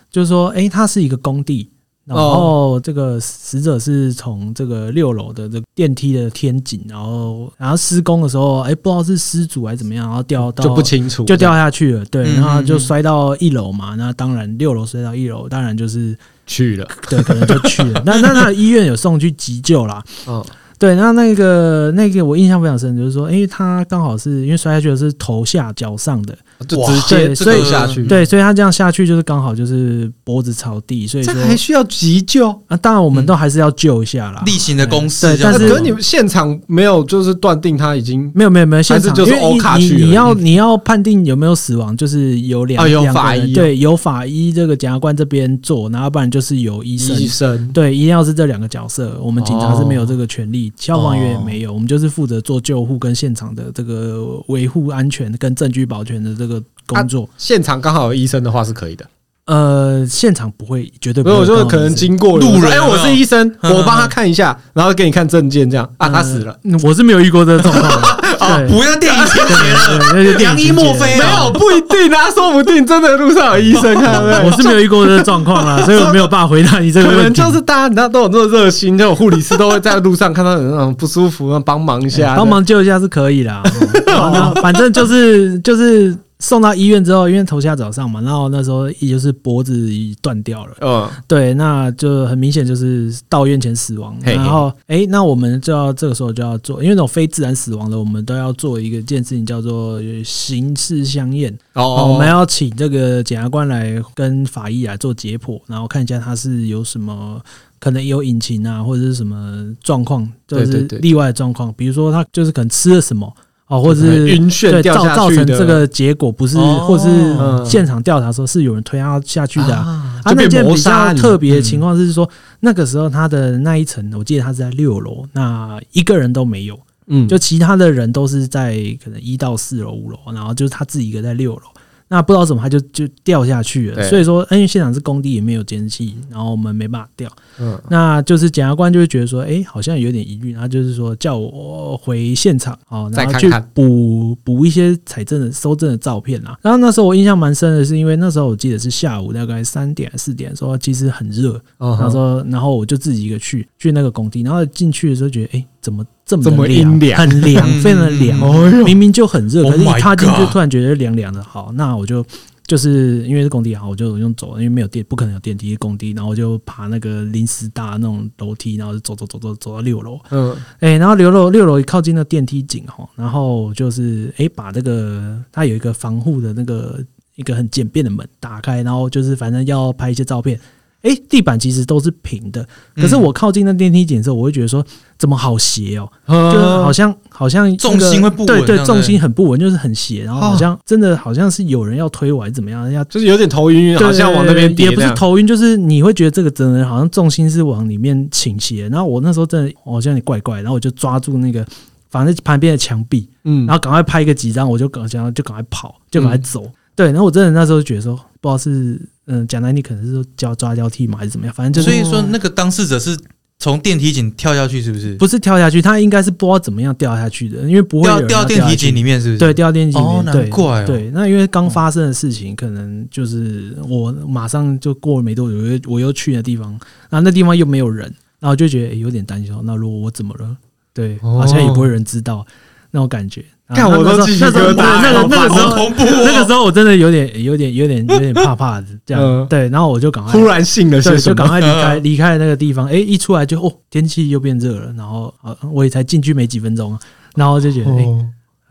Speaker 3: 就是说，哎、它是一个工地，然后这个死者是从这个六楼的这个电梯的天井，然后然后施工的时候，哎、不知道是失主还是怎么样，然后掉到
Speaker 1: 就不清楚，
Speaker 3: 就掉下去了，对，
Speaker 2: 嗯
Speaker 3: 然后
Speaker 2: 嗯
Speaker 3: 就
Speaker 2: 嗯
Speaker 3: 摔到一楼嘛，那当然六楼摔到一楼，当然就是
Speaker 1: 去了。
Speaker 3: 对，可能就去了。那那那医院有送去急救啦，
Speaker 1: 嗯，
Speaker 3: 对，那那个那个我印象非常深，就是说，因为他刚好是因为摔下去的是头下脚上的，
Speaker 1: 就
Speaker 2: 哇
Speaker 1: 直接
Speaker 3: 对
Speaker 1: 就
Speaker 3: 所以
Speaker 1: 走下去。
Speaker 3: 对，所以他这样下去就是刚好就是脖子朝地，所以
Speaker 1: 这
Speaker 3: 说
Speaker 1: 个还需要急救？
Speaker 3: 啊，当然我
Speaker 1: 嗯
Speaker 3: 们都还是要救一下啦。
Speaker 2: 例行的公司
Speaker 3: 对
Speaker 2: 这
Speaker 1: 那
Speaker 2: 样
Speaker 3: 但
Speaker 2: 子，
Speaker 1: 可是你们现场没有就是断定他已经
Speaker 3: 没有没有没有，现
Speaker 1: 还
Speaker 3: 场
Speaker 1: 是就是
Speaker 3: 因为
Speaker 1: 欧卡
Speaker 3: 你
Speaker 1: 去
Speaker 3: 你
Speaker 1: 了
Speaker 3: 你要
Speaker 1: 嗯
Speaker 3: 你要判定有没有死亡，就是有两
Speaker 1: 啊有
Speaker 3: 两个
Speaker 1: 法
Speaker 3: 人
Speaker 1: 医啊
Speaker 3: 对，有法医这个检察官这边做，然后不然就是有医生
Speaker 1: 医生
Speaker 3: 对，一定要是这两个角色。我们警察是没
Speaker 1: 哦
Speaker 3: 有这个权利，消防员也没有，我们就是负责做救护跟现场的这个维护安全跟证据保全的这个
Speaker 1: 啊
Speaker 3: 工作。
Speaker 1: 现场刚好有医生的话是可以的，
Speaker 3: 呃，现场不会，绝对不
Speaker 1: 没
Speaker 3: 会
Speaker 1: 有，我
Speaker 3: 有这啊
Speaker 1: 就
Speaker 3: 种
Speaker 1: 可能
Speaker 3: 事
Speaker 1: 经过
Speaker 2: 路
Speaker 1: 有说
Speaker 2: 人
Speaker 1: 哎，我
Speaker 2: 有没
Speaker 1: 是
Speaker 2: 有
Speaker 1: 医生，
Speaker 2: 嗯
Speaker 1: 我帮他看一下，然后给你看证件，这样啊，他死了。哦
Speaker 3: 嗯我是没有遇过这种 状况的。对
Speaker 2: 不要电影 情节了，
Speaker 3: 对，那就
Speaker 2: 良医莫非
Speaker 1: 没有，不一定啊，说不定真的路上有医生看， 对
Speaker 3: 我
Speaker 1: 不对？
Speaker 3: 是没有遇过这个状况啦，所以我没有办法回答你这个
Speaker 1: 可
Speaker 3: 问
Speaker 1: 能
Speaker 3: 题。
Speaker 1: 就是大家你知道都有那种热心，就有护理师都会在路上看到有那种不舒服，帮忙一下，
Speaker 3: 哎帮忙救一下是可以啦。 哦然后反正就是就是送到医院之后，因为头下早上嘛，然后那时候也就是脖子断掉了。
Speaker 1: 对。嗯，
Speaker 3: 对，那就很明显就是到院前死亡。
Speaker 1: 嘿嘿
Speaker 3: 然后，哎、那我们就要这个时候就要做，因为那种非自然死亡的，我们都要做一个一件事情，叫做刑事相验。
Speaker 1: 哦，
Speaker 3: 我们要请这个检察官来跟法医来做解剖，然后看一下他是有什么。可能有隐情啊，或者是什么状况，就
Speaker 1: 对
Speaker 3: 是
Speaker 1: 对对
Speaker 3: 例外的状况，比如说他就是可能吃了什么哦，或者
Speaker 1: 可能
Speaker 3: 是
Speaker 1: 嗯晕眩
Speaker 3: 对
Speaker 1: 掉
Speaker 3: 造
Speaker 1: 下
Speaker 3: 造
Speaker 1: 去
Speaker 3: 成
Speaker 1: 的
Speaker 3: 这个结果不是，
Speaker 2: 哦
Speaker 3: 或是
Speaker 1: 嗯
Speaker 3: 现场调查说是有人推他下去的啊，
Speaker 1: 啊
Speaker 3: 啊，那
Speaker 1: 就
Speaker 3: 件
Speaker 1: 变谋
Speaker 3: 比
Speaker 1: 杀
Speaker 3: 较
Speaker 1: 你嗯
Speaker 3: 特别的情况是说，那个时候他的那一层，我记得他是在六楼，那一个人都没有，
Speaker 1: 嗯，
Speaker 3: 就其他的人都是在可能一到四楼、五楼，然后就是他自己一个在六楼。那不知道怎么他就就掉下去了，
Speaker 1: 对
Speaker 3: 所以说，因为现场是工地也没有监视器，然后我们没办法调，
Speaker 1: 嗯
Speaker 3: 那就是检察官就会觉得说，哎、好像有点疑虑，然后就是说叫我回现场哦，
Speaker 1: 再
Speaker 3: 然后
Speaker 1: 看
Speaker 3: 去
Speaker 1: 看
Speaker 3: 补补一些采证的收证的照片啦。然后那时候我印象蛮深的是，因为那时候我记得是下午大概三点四点的时候，其实很热，
Speaker 1: 嗯
Speaker 3: 然后说，然后我就自己一个去去那个工地，然后进去的时候觉得，哎、怎么这么
Speaker 1: 这么
Speaker 3: 的凉
Speaker 1: 阴凉嗯
Speaker 3: 很凉，非常的
Speaker 1: 哎
Speaker 3: 凉，明明就很热，
Speaker 2: Oh
Speaker 3: 可是一
Speaker 2: my
Speaker 3: 踏进去
Speaker 2: God
Speaker 3: 突然觉得凉凉的。好，那我就就是因为是工地，好，我就用走，因为没有电，不可能有电梯是工地，然后我就爬那个临时搭那种楼梯，然后就走走走走走到六楼，
Speaker 1: 嗯，
Speaker 3: 哎、然后六楼六楼靠近那电梯井哈，然后就是哎、把这个它有一个防护的那个一个很简便的门打开，然后就是反正要拍一些照片。哎、地板其实都是平的，可是
Speaker 2: 嗯
Speaker 3: 我靠近那电梯井的时候，我会觉得说怎么好斜哦、就
Speaker 1: 就
Speaker 3: 好像好像那
Speaker 2: 呃
Speaker 3: 个
Speaker 2: 重心会不稳
Speaker 3: 对
Speaker 2: 这
Speaker 3: 对，
Speaker 2: 样子哦
Speaker 3: 重心很不稳，就是很斜，然后好像真的好像是有人要推我还是怎么样，要
Speaker 1: 就是有点头晕晕，好像往那边
Speaker 3: 也
Speaker 1: 跌
Speaker 3: 不
Speaker 1: 这
Speaker 3: 是
Speaker 1: 样。
Speaker 3: 头晕，就是你会觉得这个整个人好像重心是往里面倾斜。然后我那时候真的好像你怪怪，然后我就抓住那个反正旁边的墙壁，
Speaker 1: 嗯
Speaker 2: 嗯
Speaker 3: 然后赶快拍个几张，我就赶想要就赶快跑，就赶快走。对，然后我真的那时候觉得说，不知道是嗯蒋南你可能是说交抓交替嘛，还是怎么样，反正就是
Speaker 2: 所以说那个当事者是从电梯井跳下去，是不是？
Speaker 3: 不是跳下去，他应该是不知道怎么样掉下去的，因为不会有
Speaker 2: 掉
Speaker 3: 人
Speaker 2: 掉
Speaker 3: 要
Speaker 2: 电
Speaker 3: 下
Speaker 2: 梯
Speaker 3: 去
Speaker 2: 井里面，是不是？
Speaker 3: 对，掉电梯井里
Speaker 2: 哦，
Speaker 3: 面
Speaker 2: 难
Speaker 3: 对。
Speaker 1: 哎
Speaker 2: 怪哦。
Speaker 3: 对，那因为刚发生的事情，可能就是我马上就过了没多久，我又我又去那地方，然后那地方又没有人，然后就觉得、诶有点担心说，那如果我怎么了？对，
Speaker 2: 哦
Speaker 3: 好像也不会有人知道那种感觉。啊
Speaker 1: 看
Speaker 3: 那
Speaker 1: 我
Speaker 3: 那
Speaker 1: 都
Speaker 3: 时候
Speaker 1: 鸡皮
Speaker 3: 那时
Speaker 1: 疙
Speaker 3: 候
Speaker 1: 瘩
Speaker 3: 那个那个时
Speaker 2: 好
Speaker 3: 候
Speaker 2: 恐怖
Speaker 3: 那个
Speaker 2: 哦！
Speaker 3: 时候我真的有点有点有点有点怕怕的这样
Speaker 1: 嗯。
Speaker 3: 对，然后我就赶快
Speaker 1: 忽然信了
Speaker 3: 对，
Speaker 1: 些
Speaker 3: 就
Speaker 1: 什
Speaker 3: 赶
Speaker 1: 么？
Speaker 3: 快离开离开那个地方。哎、一出来就哦，天气又变热了，然后啊，我也才进去没几分钟啊，然后就觉得哎、
Speaker 1: 哦，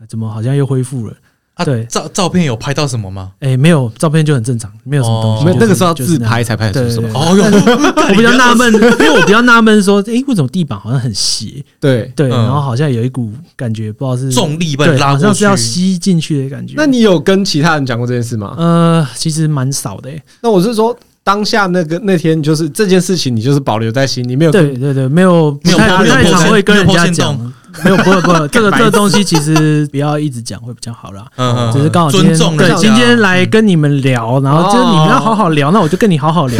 Speaker 3: 怎么好像又恢复了？
Speaker 2: 啊
Speaker 3: 对
Speaker 2: 照照片有拍到什么吗？
Speaker 3: 哎、没有照片就很正常，没有什么东西。
Speaker 2: 哦
Speaker 1: 没有那个
Speaker 3: 就是
Speaker 1: 时候要自，拍才拍得出
Speaker 3: 就是
Speaker 1: 什
Speaker 3: 那
Speaker 1: 么
Speaker 3: 样。
Speaker 2: 哦哟，
Speaker 3: 就是那样我比较纳闷，因为我比较纳闷说，哎、为什么地板好像很斜？
Speaker 1: 对，
Speaker 3: 对，
Speaker 2: 嗯
Speaker 3: 然后好像有一股感觉，不知道 是
Speaker 2: 重力把你
Speaker 3: 对，
Speaker 2: 拉
Speaker 3: 好
Speaker 2: 过
Speaker 3: 像
Speaker 2: 去
Speaker 3: 是要吸进去的感觉。
Speaker 1: 那你有跟其他人讲过这件事吗？
Speaker 3: 呃，其实蛮少的、诶
Speaker 1: 那我是说，当下那个那天就是这件事情，你就是保留在心里，没有跟
Speaker 3: 欸对对对，没有不
Speaker 2: 没有
Speaker 3: 太
Speaker 2: 破
Speaker 3: 不太
Speaker 2: 没有
Speaker 3: 常
Speaker 2: 破
Speaker 3: 会跟人
Speaker 2: 没有
Speaker 3: 家
Speaker 2: 破线
Speaker 3: 讲
Speaker 2: 洞，
Speaker 3: 没有不会不会，这 个
Speaker 1: 白
Speaker 3: 这
Speaker 1: 痴
Speaker 3: 个东西其实不要一直讲会比较好啦。
Speaker 2: 嗯
Speaker 3: 只是刚好今
Speaker 2: 尊
Speaker 3: 天
Speaker 2: 重人
Speaker 3: 对
Speaker 2: 家
Speaker 3: 今天来跟你们聊，然后就是你们要
Speaker 1: 哦
Speaker 3: 好好聊，那我就跟你好好 聊。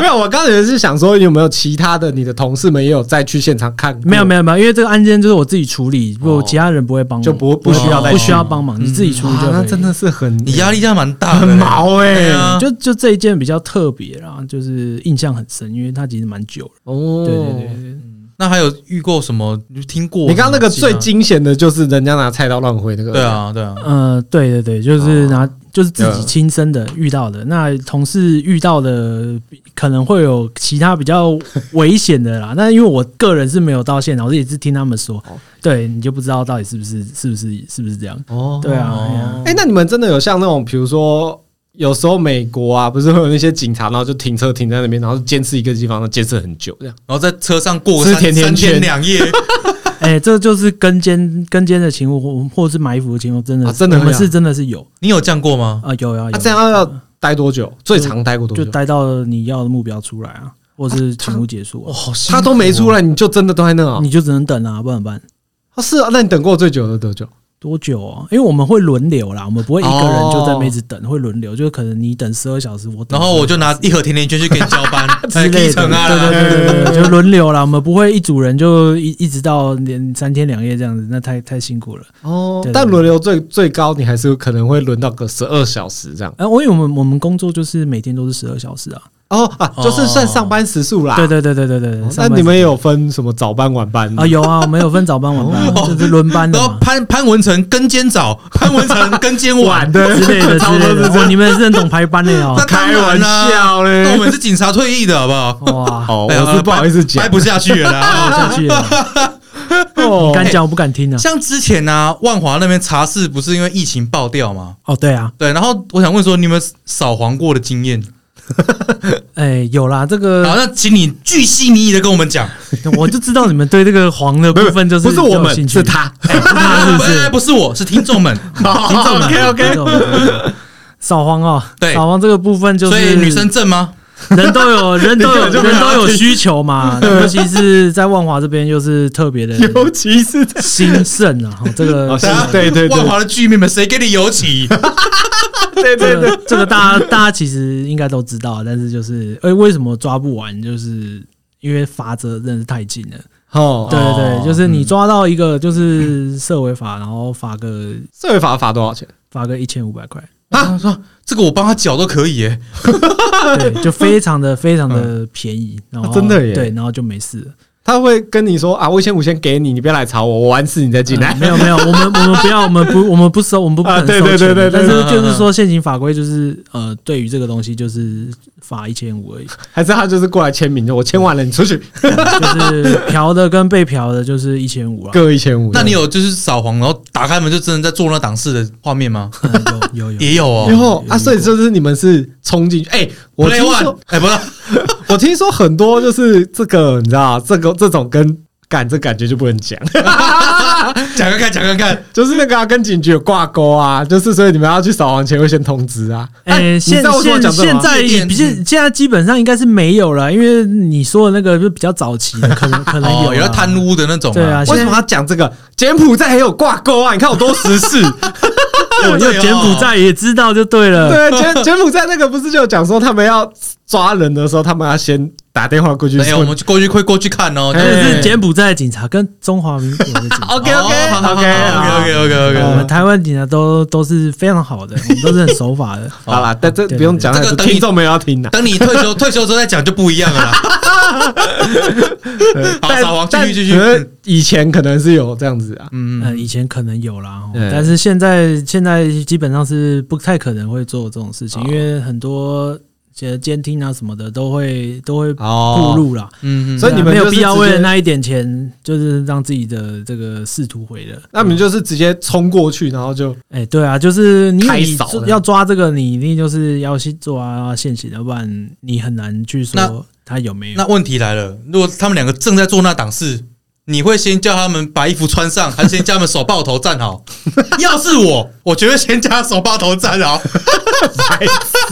Speaker 1: 没有，我刚才也是想说，有没有其他的你的同事们也有再去现场看过？
Speaker 3: 没有没有没有，因为这个案件就是我自己处理，
Speaker 2: 哦
Speaker 3: 我其他人不会帮忙，
Speaker 1: 就不不需
Speaker 2: 要再
Speaker 3: 不
Speaker 2: 去
Speaker 3: 需要帮忙，
Speaker 2: 嗯
Speaker 3: 你自己处理就
Speaker 1: 哇
Speaker 3: 可以
Speaker 1: 啊那真的是很
Speaker 2: 你压力这样蛮大的，
Speaker 1: 很毛
Speaker 2: 对
Speaker 1: 哎、
Speaker 2: 啊，
Speaker 3: 就就这一件比较特别啦，就是印象很深，因为它其实蛮久了。
Speaker 1: 哦
Speaker 3: 对对对对对，
Speaker 2: 那还有遇过什么？你听过？
Speaker 1: 你刚刚那个最，惊险的就是人家拿菜刀乱挥那个，
Speaker 2: 对，啊对啊，
Speaker 3: 呃，对对对，就是拿就是自己
Speaker 1: 嗯
Speaker 3: 哦亲身的遇到的，那同事遇到的可能会有其他比较危险 的啦。那因为我个人是没有到现场，我也是听他们说
Speaker 1: 哦，
Speaker 3: 对你就不知道到底是不是是不是是不是这样。
Speaker 1: 哦
Speaker 3: 对啊，
Speaker 2: 哦
Speaker 3: 哎呀
Speaker 1: 哎、那你们真的有像那种，比如说有时候美国啊，不是会有那些警察，然后就停车停在那边，然后监视一个地方，然后监视很久这样？
Speaker 2: 然后在车上过个
Speaker 1: 吃
Speaker 2: 三
Speaker 1: 甜甜
Speaker 2: 三天
Speaker 1: 圈
Speaker 2: 两夜，
Speaker 3: 哎，这就是跟监跟监的情况，或或是埋伏的情况，真的
Speaker 1: 啊
Speaker 3: 是
Speaker 1: 真的
Speaker 3: 我们
Speaker 1: 会啊
Speaker 3: 是真的是有
Speaker 2: 你有这样过吗？
Speaker 3: 啊，有啊
Speaker 1: 那、
Speaker 3: 有。
Speaker 1: 这样要要待多久？最长待过多
Speaker 3: 就
Speaker 1: 久？
Speaker 3: 待到你要的目标出来啊，或是情务结束
Speaker 2: 哇，
Speaker 3: 啊，
Speaker 2: 好辛苦哦
Speaker 1: 他都没出，来，你就真的都在那啊、
Speaker 3: 你就只能等啊，不然怎么办？
Speaker 1: 啊是啊，那你等过最久的多久？
Speaker 3: 多久哦？因为我们会轮流啦，我们不会一个人
Speaker 1: 哦
Speaker 3: 就在那边一直等，会轮流，就是可能你等十二小时，我等
Speaker 2: 然
Speaker 3: 12小时，
Speaker 2: 后我就拿一盒甜甜圈去给你交 班，
Speaker 3: 之类
Speaker 2: 一
Speaker 3: 的，
Speaker 2: 层啊，
Speaker 3: 对对对对对，就轮流啦，我们不会一组人就一一直到连三天两夜这样子，那太太辛苦了。
Speaker 1: 哦
Speaker 3: 对对
Speaker 1: 但轮流最最高，你还是有可能会轮到个十二小时这样。
Speaker 3: 哎，我以为我们我们工作就是每天都是十二小时啊，
Speaker 1: 哦啊，就是算上班时数啦。
Speaker 3: 对对对对对对
Speaker 1: 哦。。那
Speaker 3: 上班
Speaker 1: 你们
Speaker 3: 时间
Speaker 1: 有分什么早班晚班
Speaker 3: 啊？有啊，我们有分早班晚 班
Speaker 1: 哦
Speaker 3: 啊，就是轮班的
Speaker 2: 然后
Speaker 3: 嘛。
Speaker 2: 潘潘文成跟监早，潘文成跟监晚，
Speaker 1: 的
Speaker 3: 之类 的
Speaker 1: 差
Speaker 3: 之
Speaker 1: 不多是
Speaker 3: 类的，
Speaker 1: 这
Speaker 3: 哦
Speaker 1: 样
Speaker 3: 你们是很懂排班的哦。
Speaker 2: 那当
Speaker 1: 开
Speaker 2: 然
Speaker 1: 玩
Speaker 2: 啦
Speaker 1: 笑
Speaker 2: 那我
Speaker 1: 嘞。
Speaker 2: 们是警察退役的好不好？
Speaker 3: 哇，
Speaker 1: 哦，
Speaker 2: 哎呀
Speaker 1: 我是不好意思讲
Speaker 2: 掰，不下去 了
Speaker 3: 我
Speaker 2: 啦。
Speaker 3: 下去了，
Speaker 1: 哦
Speaker 3: 啊你敢讲我不敢听啊。
Speaker 2: 像之前呢，万华那边茶室不是因为疫情爆掉吗？
Speaker 3: 哦，对啊，
Speaker 2: 对，然后我想问说，你们扫黄过的经验？
Speaker 3: 哎，有啦，这
Speaker 2: 好，
Speaker 3: 个
Speaker 2: 那请你巨细靡遗的跟我们讲。
Speaker 3: 我就知道你们对这个黄 的部分就是
Speaker 1: 不是我
Speaker 3: 比较有
Speaker 1: 们
Speaker 3: 兴，趣
Speaker 1: 是，他。
Speaker 3: 哎是他是不
Speaker 2: 哎
Speaker 3: 是？
Speaker 2: 不是我，是听众们。
Speaker 3: 听众们
Speaker 1: OK
Speaker 3: 听
Speaker 1: OK，
Speaker 3: 众们扫黄哦，
Speaker 2: 对
Speaker 3: 扫黄这个部分就
Speaker 2: 所以
Speaker 3: 是
Speaker 2: 女生正吗？
Speaker 3: 人 都有人都有
Speaker 1: 根本就没有
Speaker 3: 人都有
Speaker 1: 要听
Speaker 3: 需 求嘛，尤其是在万华这边就是特别的
Speaker 1: 尤其是他
Speaker 3: 兴盛啊，哦这个
Speaker 1: 哦是
Speaker 2: 等下
Speaker 1: 对对对
Speaker 2: 万华的居民们，谁给你油漆？
Speaker 1: 对
Speaker 3: 这
Speaker 1: 对对，
Speaker 3: 个这个大家大家其实应该都知道，但是就是，哎、为什么抓不完？就是因为罚则真的是太近了。
Speaker 1: 哦，
Speaker 3: 对对
Speaker 2: 哦
Speaker 3: 对，就是你抓到一个就是涉违法，然后罚个
Speaker 1: 社会罚罚多少钱？
Speaker 3: 罚个一千五百块，
Speaker 2: 啊，说这个我帮他缴都可以耶。
Speaker 3: 对，就非常的非 常的便宜，然后、
Speaker 1: 啊真的耶
Speaker 3: 对，然后就没事了。
Speaker 1: 他会跟你说啊，我一千五先给你，你不要来吵我，我完事你再进来
Speaker 3: 嗯。没有没有，我们我们 不要，我们不我们不收，我们不不
Speaker 1: 啊
Speaker 3: 能收
Speaker 1: 对
Speaker 3: 钱。
Speaker 1: 对对对
Speaker 3: 但
Speaker 1: 对
Speaker 3: 是就
Speaker 2: 嗯嗯
Speaker 3: 是
Speaker 2: 嗯
Speaker 3: 说，现行法规就是呃，对于这个东西就是罚一千五而已。
Speaker 1: 还是他就是过来签名，我签完了你出去，
Speaker 3: 就是嫖的跟被嫖的，就是一 千五啊。
Speaker 1: 各一千五。
Speaker 2: 那你有就是扫黄，然后打开门就真的在做那档事的画面吗？
Speaker 3: 嗯有有有，
Speaker 2: 也有
Speaker 1: 然
Speaker 2: 哦。
Speaker 1: 后啊，所以就是你们是冲进去。哎，我
Speaker 2: Play
Speaker 1: 听
Speaker 2: one，
Speaker 1: 说，
Speaker 2: 哎，不是，
Speaker 1: 我听说很多就是这个，你知道，这个这种跟感这感觉就不能讲，
Speaker 2: 讲看看，讲看看。
Speaker 1: 就是那个啊，跟警局有挂钩啊，就是所以你们要去扫黄前会先通知啊。
Speaker 3: 哎，
Speaker 1: 你
Speaker 3: 现
Speaker 1: 知道为什么我
Speaker 3: 现
Speaker 1: 讲这个
Speaker 3: 现
Speaker 1: 吗
Speaker 3: 在也
Speaker 2: 夜店
Speaker 3: 比现现在基本上应该是没有了，因为你说的那个就比较早期的，可 能可能
Speaker 2: 哦，
Speaker 3: 有
Speaker 2: 有
Speaker 3: 啦
Speaker 2: 要贪污的那种。
Speaker 3: 对啊，
Speaker 1: 为
Speaker 3: 现
Speaker 1: 什么
Speaker 3: 在
Speaker 1: 要讲这个？柬埔寨也有挂钩啊！你看我多时事，
Speaker 3: 哦，就柬埔寨也知道就对了。
Speaker 1: 对，柬柬埔寨那个不是就有讲说他们要抓人的时候，他们要先打电话过去
Speaker 2: 哎呀，
Speaker 1: 说
Speaker 2: 我们过去会过去看哦。
Speaker 3: 这
Speaker 1: 哎哦
Speaker 3: 是柬埔寨的警察跟中华民国的 警察，
Speaker 1: OK OK OK
Speaker 2: OK OK
Speaker 3: 我
Speaker 1: 啊
Speaker 2: OK
Speaker 3: 们台湾警察都都是非常好的，我们都是很 守法的。
Speaker 1: 好啦，但这
Speaker 3: 哦对
Speaker 1: 不用讲，
Speaker 2: 这个
Speaker 1: 还是
Speaker 2: 等于
Speaker 1: 听众们要听的。
Speaker 2: 等你退休退休之后再讲就不一样了啦。 好，
Speaker 1: 但
Speaker 2: 扫黄继
Speaker 1: 但
Speaker 2: 续继续。
Speaker 1: 可是以前可能是有这样子啊，
Speaker 2: 嗯，
Speaker 3: 呃，以前可能有啦，哦
Speaker 1: 对
Speaker 3: 但是现在现在基本上是不太可能会做这种事情，
Speaker 1: 哦
Speaker 3: 因为很多其实监听啊什么的都会都会步
Speaker 1: 哦，
Speaker 3: 入啦，
Speaker 2: 嗯嗯，
Speaker 1: 所以你们
Speaker 3: 对
Speaker 1: 就
Speaker 3: 啊没有
Speaker 1: 是
Speaker 3: 必要
Speaker 1: 直接
Speaker 3: 为了那一点钱，就是让自己的这个仕途毁了。
Speaker 1: 那你们就是直接冲过去，然后就
Speaker 3: 哎、对啊，就是你
Speaker 1: 开
Speaker 3: 你
Speaker 1: 扫的
Speaker 3: 要抓这个，你一定就是要去抓现行，要不然你很难去说他有没有。
Speaker 2: 那问题来了，如果他们两个正在做那档事，你会先叫他们把衣服穿上，还是先叫他们手抱头站好？ 要是我，我绝对先叫他手抱头站 好。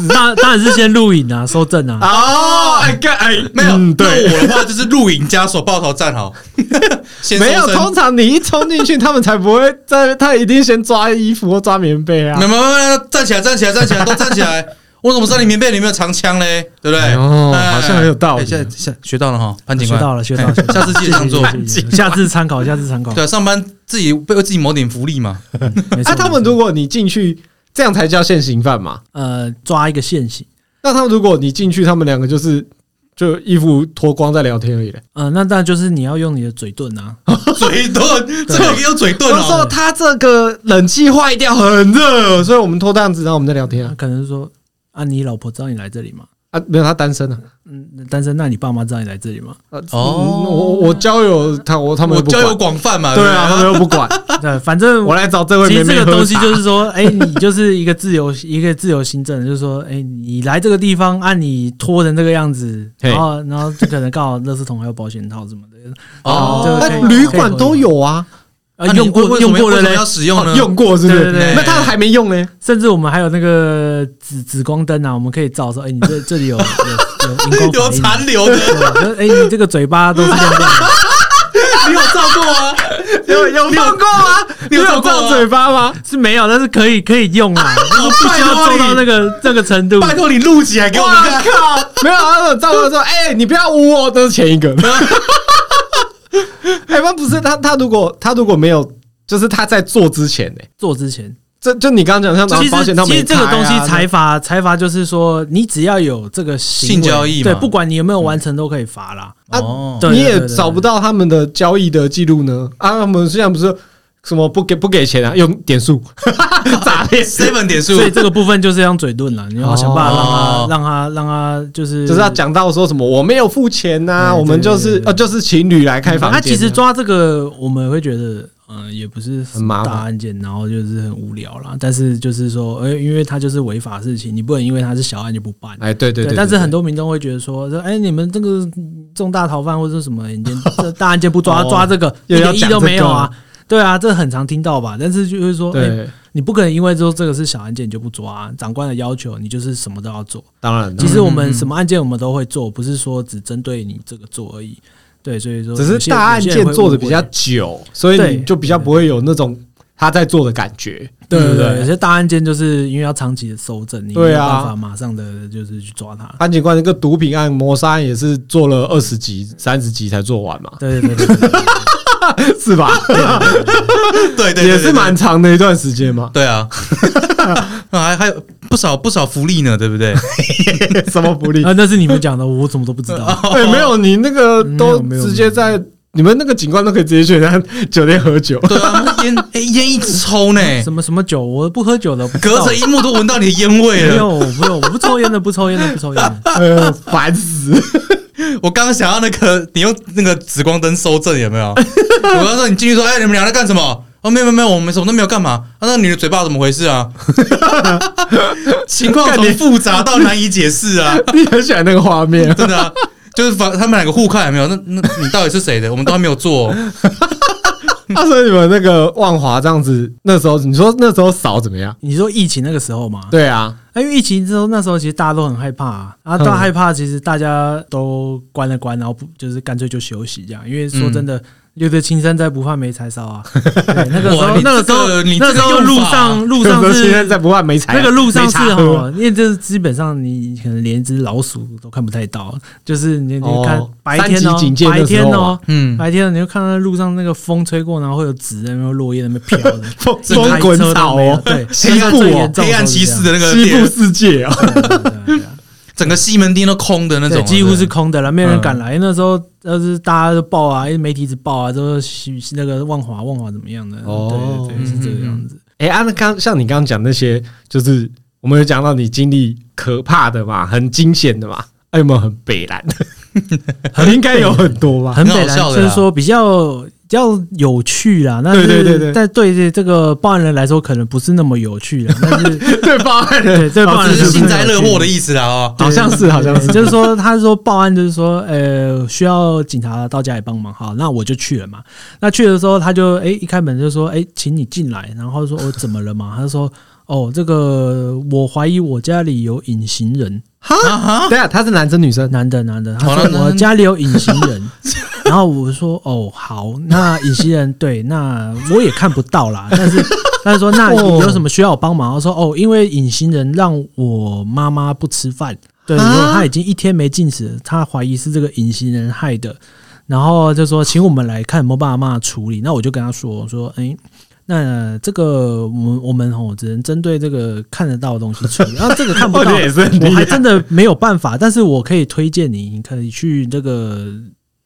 Speaker 3: 那当然是先录影啊，收证
Speaker 2: 嗯
Speaker 3: 啊。
Speaker 1: 哦，哎干哎，
Speaker 2: 没有，
Speaker 1: 嗯对，
Speaker 2: 那我的话就是露营加手抱头站 好，先
Speaker 1: 没有，
Speaker 2: 收身
Speaker 1: 通常你一冲进 去，他们才不会在，他一定先抓衣服或抓棉被啊
Speaker 2: 没。有没有没有，站起来，站起来，站起来，都站起来！我怎么知道你棉被里面有长枪嘞？对不对？
Speaker 1: 哦
Speaker 2: 哎
Speaker 1: 好像很有道理
Speaker 2: 哎现在现在学到了哈，潘
Speaker 1: 啊
Speaker 2: 警
Speaker 3: 学
Speaker 2: 官
Speaker 3: 到了，学到了，学
Speaker 2: 哎
Speaker 3: 到
Speaker 2: 下
Speaker 3: 了
Speaker 2: 次记得这样做。
Speaker 3: 谢谢谢谢下次参考，下次
Speaker 1: 哦
Speaker 3: 参考。
Speaker 2: 对啊，上班自己为自己谋点福 利嘛。
Speaker 3: 没错
Speaker 1: 啊，他们如果你进去，这样才叫现行犯嘛。
Speaker 3: 呃抓一个现行，
Speaker 1: 那他们如果你进去，他们两个就是就衣服脱光在聊天而已嘞。
Speaker 3: 呃，那当然就是你要用你的嘴遁啊，
Speaker 2: 嘴遁，这个用嘴遁
Speaker 1: 我
Speaker 2: 哦
Speaker 1: 说。他这个冷气坏掉，很热，所以我们脱这样子，然后我们在聊天啊
Speaker 3: 他可能是说啊，你老婆知道你来这里吗？
Speaker 1: 啊，没有他单身啊。
Speaker 3: 嗯，但是那你爸妈知道你来这里吗？
Speaker 1: 啊
Speaker 2: 哦
Speaker 1: 嗯我我交友他我他们
Speaker 2: 我
Speaker 1: 又不
Speaker 2: 交
Speaker 1: 管
Speaker 2: 友广泛嘛，
Speaker 1: 对啊，他们又不 管。
Speaker 3: 对，反正
Speaker 1: 我来找这位
Speaker 3: 其
Speaker 1: 妹
Speaker 3: 实
Speaker 1: 妹喝
Speaker 3: 这个
Speaker 1: 茶
Speaker 3: 东西就是说，哎、你就是一个自由一个自由行政，就是说，哎、你来这个地方，按、你拖成这个样子，
Speaker 1: 嘿
Speaker 3: 然后然后就可能刚好垃圾桶还有保险套什么 的，
Speaker 2: 哦
Speaker 3: 这个可以
Speaker 1: 那旅馆都有啊，哦
Speaker 3: 啊，
Speaker 2: 那你
Speaker 3: 用
Speaker 2: 为
Speaker 3: 过
Speaker 2: 什
Speaker 3: 用
Speaker 2: 么
Speaker 3: 过了
Speaker 2: 为什么
Speaker 3: 嘞
Speaker 2: 要，使 用呢？
Speaker 1: 用过是不
Speaker 3: 对
Speaker 1: 是？
Speaker 3: 对对
Speaker 1: 那他还没用呢。
Speaker 3: 甚至我们还有那个紫紫光灯啊，我们可以照说，哎、你这这里有有有荧光
Speaker 2: 有
Speaker 3: 反应啊
Speaker 2: 残留的，
Speaker 3: 对，就哎、你这个嘴巴都是亮亮 的，
Speaker 2: 你有照过吗？
Speaker 1: 有有放过吗？你
Speaker 2: 你有
Speaker 1: 有
Speaker 2: 照过吗
Speaker 3: 啊
Speaker 1: 照嘴巴吗？
Speaker 3: 是没有，但是可以可以 用啊，就是不需要做到那个那个程度。
Speaker 2: 拜托你录起来给我们看。
Speaker 1: 靠，没有啊！我照过 说，哎，你不要捂我，都是前一个。哎，那不是他，他如果他如果没有，就是他在做之前呢，
Speaker 3: 做之前，
Speaker 1: 这就你刚刚讲像
Speaker 3: 其
Speaker 1: 拿保
Speaker 3: 实
Speaker 1: 险套
Speaker 3: 其
Speaker 1: 没
Speaker 3: 实这个
Speaker 1: 开啊
Speaker 3: 东西财阀财阀就是说，你只要有这个行为
Speaker 2: 性交易嘛
Speaker 3: 对，不管你有没有完
Speaker 1: 嗯
Speaker 3: 成都可以罚啦。
Speaker 1: 啊
Speaker 2: 哦
Speaker 3: 对
Speaker 1: 你也找不到他们的交易的记录呢。啊，我们现在不是什么不给不给钱啊，用点 数 诈骗，
Speaker 2: ，seven 点数
Speaker 3: 所以这个部分就是要用嘴遁啦，你要想办法让
Speaker 2: 哦
Speaker 3: 他让他让他就是哎
Speaker 1: 就是要讲到说什么我没有付钱呐，
Speaker 3: 对
Speaker 1: 我们就是
Speaker 3: 对对对
Speaker 1: 呃就是情侣来开
Speaker 3: 嗯
Speaker 1: 房间啊。
Speaker 3: 他其实抓这个，我们会觉得，嗯、也不是
Speaker 1: 很麻烦
Speaker 3: 大案件，然后就是很无聊啦。但是就是说，呃，因为他就是违法事情，你不能因为他是小案就不办。
Speaker 1: 哎，对对对，
Speaker 3: 但是
Speaker 1: 对
Speaker 3: 很多民众会觉得说，说哎，你们这个重大逃犯或者是什么，你们 这大案件不抓
Speaker 1: 哦
Speaker 3: 抓这个，一
Speaker 1: 又要
Speaker 3: 点意
Speaker 1: 讲
Speaker 3: 都
Speaker 1: 这
Speaker 3: 没有
Speaker 1: 个
Speaker 3: 啊。对啊，这很常听到吧？但是就是说，哎，
Speaker 1: 对，
Speaker 3: 你不可能因为说这个是小案件你就不抓啊、长官的要求，你就是什么都要做。
Speaker 1: 当然
Speaker 3: 其
Speaker 1: 的，
Speaker 3: 实我们什么案件我们都会做，不是说只针对你这个做而已。对，所以说
Speaker 1: 只
Speaker 3: 有
Speaker 1: 是
Speaker 3: 些
Speaker 1: 大案件做的比较
Speaker 3: 有些人会误
Speaker 1: 久，所以你
Speaker 3: 对
Speaker 1: 就比较不会有那种他在做的感觉，
Speaker 3: 会对
Speaker 1: 不
Speaker 3: 对对，有？些大案件就是因为要长期的搜证，你没
Speaker 1: 对
Speaker 3: 有
Speaker 1: 啊
Speaker 3: 办法马上的就是去抓他。
Speaker 1: 潘警官那个毒品案、谋杀案也是做了二十集、三十集才做完 嘛，
Speaker 3: 对对对对 对，
Speaker 1: 是吧？
Speaker 2: 对对对，
Speaker 1: 也是
Speaker 2: 对
Speaker 1: 蛮长的一段时间嘛。
Speaker 2: 对 啊，那还还有不少不少福利呢，对不 对？
Speaker 1: 什么福利
Speaker 3: 啊，？那是你们讲的，我怎么都不知道。
Speaker 1: 哎，没有，你那个都
Speaker 3: 没有没有
Speaker 1: 直接在你们那个警官都可以直接去人家 酒店喝 酒，
Speaker 2: 对啊，那烟哎烟一直抽呢，
Speaker 3: 什么什么酒，我不喝酒的，我不知
Speaker 2: 隔
Speaker 3: 道
Speaker 2: 着一幕都闻到你的烟味
Speaker 3: 没
Speaker 2: 了
Speaker 3: 有，。我不我不抽烟的，不抽烟的，不抽烟的。
Speaker 1: 哎呦，烦死！
Speaker 2: 我刚刚想要那个，你用那个紫光灯搜证有 没有？我刚说你进去说，哎，你们俩在干什么？哦，没有没有没有，我们什么都没有干嘛。啊，那你的嘴巴怎么回事 啊？情况从复杂到难以解释啊，
Speaker 1: 你很喜欢那个画面，
Speaker 2: 真的、啊，就是反他们两个互看有没有？那那你到底是谁的？我们都还没有做哦、
Speaker 1: 他说你们那个万华这样子，那时候你说那时候少怎么样？
Speaker 3: 你说疫情那个时候嘛，
Speaker 1: 对啊，
Speaker 3: 啊因为疫情之后，那时候其实大家都很害怕啊，啊，
Speaker 1: 嗯
Speaker 3: 大家
Speaker 1: 嗯
Speaker 3: 害怕，其实大家都关了关，然后不就是干脆就休息这样，因为说真的，留得青山在，不怕没柴烧啊！对那个时
Speaker 2: 哇
Speaker 3: 候，
Speaker 2: 你
Speaker 3: 那个时
Speaker 2: 这个
Speaker 3: 候
Speaker 2: 你，
Speaker 3: 那
Speaker 2: 这
Speaker 3: 时
Speaker 2: 个
Speaker 3: 候
Speaker 2: 用
Speaker 3: 路
Speaker 2: 法
Speaker 3: 上路
Speaker 1: 有
Speaker 3: 上
Speaker 1: 时候现在
Speaker 3: 是
Speaker 1: 在不怕没柴，
Speaker 3: 那个路上是
Speaker 1: 没茶喝
Speaker 3: 哦，因为这基本上你可能连只老鼠都看不太到，就是你你看
Speaker 1: 哦
Speaker 3: 白天
Speaker 1: 三级警戒
Speaker 3: 哦，白
Speaker 1: 的时
Speaker 3: 天
Speaker 1: 候
Speaker 3: 哦
Speaker 1: 啊，，
Speaker 2: 嗯，
Speaker 3: 白天你就看到路上那个风吹过，然后会有纸在那边落叶在那边飘 的
Speaker 1: 风
Speaker 3: 整台
Speaker 1: 风滚
Speaker 3: 车都
Speaker 1: 草
Speaker 3: 没有
Speaker 1: 哦，
Speaker 3: 对，
Speaker 1: 西
Speaker 3: 现在
Speaker 1: 部
Speaker 3: 最
Speaker 1: 哦
Speaker 3: 严重
Speaker 2: 黑暗骑士的那个
Speaker 1: 西
Speaker 3: 啊
Speaker 1: 部
Speaker 2: 店，
Speaker 1: 世界哦，
Speaker 3: 都是这样，对啊对啊对啊
Speaker 2: 整个西门町都空的那
Speaker 3: 对，
Speaker 2: 种，
Speaker 3: 几乎
Speaker 2: 对嗯
Speaker 3: 是空的了，没有人敢来。哎那时候要是大家都报啊，因为媒体一直报啊，都是那个万华万华怎么样的，
Speaker 1: 哦
Speaker 3: 对对对，
Speaker 2: 嗯
Speaker 3: 是这个样子。
Speaker 1: 哎、啊，那刚像你刚刚讲那些，就是我们有讲到你经历可怕的嘛，很惊险的嘛，啊、有没有很北蓝？应该有很多吧。
Speaker 3: 很
Speaker 2: 很好
Speaker 3: 北蓝
Speaker 2: 笑的
Speaker 3: 就是
Speaker 2: 啦
Speaker 3: 说比较比较有趣啦，但是
Speaker 1: 对对对对
Speaker 3: 但对这个报案人来说可能不是那么有趣啦，但是
Speaker 1: 对报案 人
Speaker 3: 对对报案
Speaker 2: 这
Speaker 3: 人
Speaker 2: 哦是幸
Speaker 3: 不
Speaker 2: 灾
Speaker 3: 那么有
Speaker 2: 乐
Speaker 3: 趣
Speaker 2: 祸的意思啦哦。
Speaker 1: 好像是，好像是
Speaker 3: 对，就是说，他是说报案，就是说，呃，需要警察到家里帮忙，好，那我就去了嘛。那去的时候，他就哎、一开门就说，哎、请你进来。然后说，我、怎么了嘛？他就说，哦，这个我怀疑我家里有隐形人，
Speaker 2: 啊 哈，
Speaker 1: 对啊，他是男生女生，
Speaker 3: 男的男的，他
Speaker 2: 好
Speaker 3: 说
Speaker 2: 了
Speaker 3: 我家里有隐形人。 然后我说，哦，好，那隐形人对，那我也看不 到啦，但是。他就说：“那你有什么需要我帮忙？”我说：“哦，因为隐形人让我妈妈不吃饭，对，
Speaker 2: 啊
Speaker 3: 然后他已经一天没进食了，他怀疑是这个隐形人害的，然后就说请我们来看有没有办法帮他处理。那我就跟他说我说，哎、那这个我们我们吼只能针对这个看得到的东西处理，然啊后这个看 不
Speaker 1: 我觉
Speaker 3: 到，
Speaker 1: 哦得也是很
Speaker 3: 我
Speaker 1: 厉
Speaker 3: 还
Speaker 1: 害。
Speaker 3: 真的没有办法，但是我可以推荐你，你可以去这个，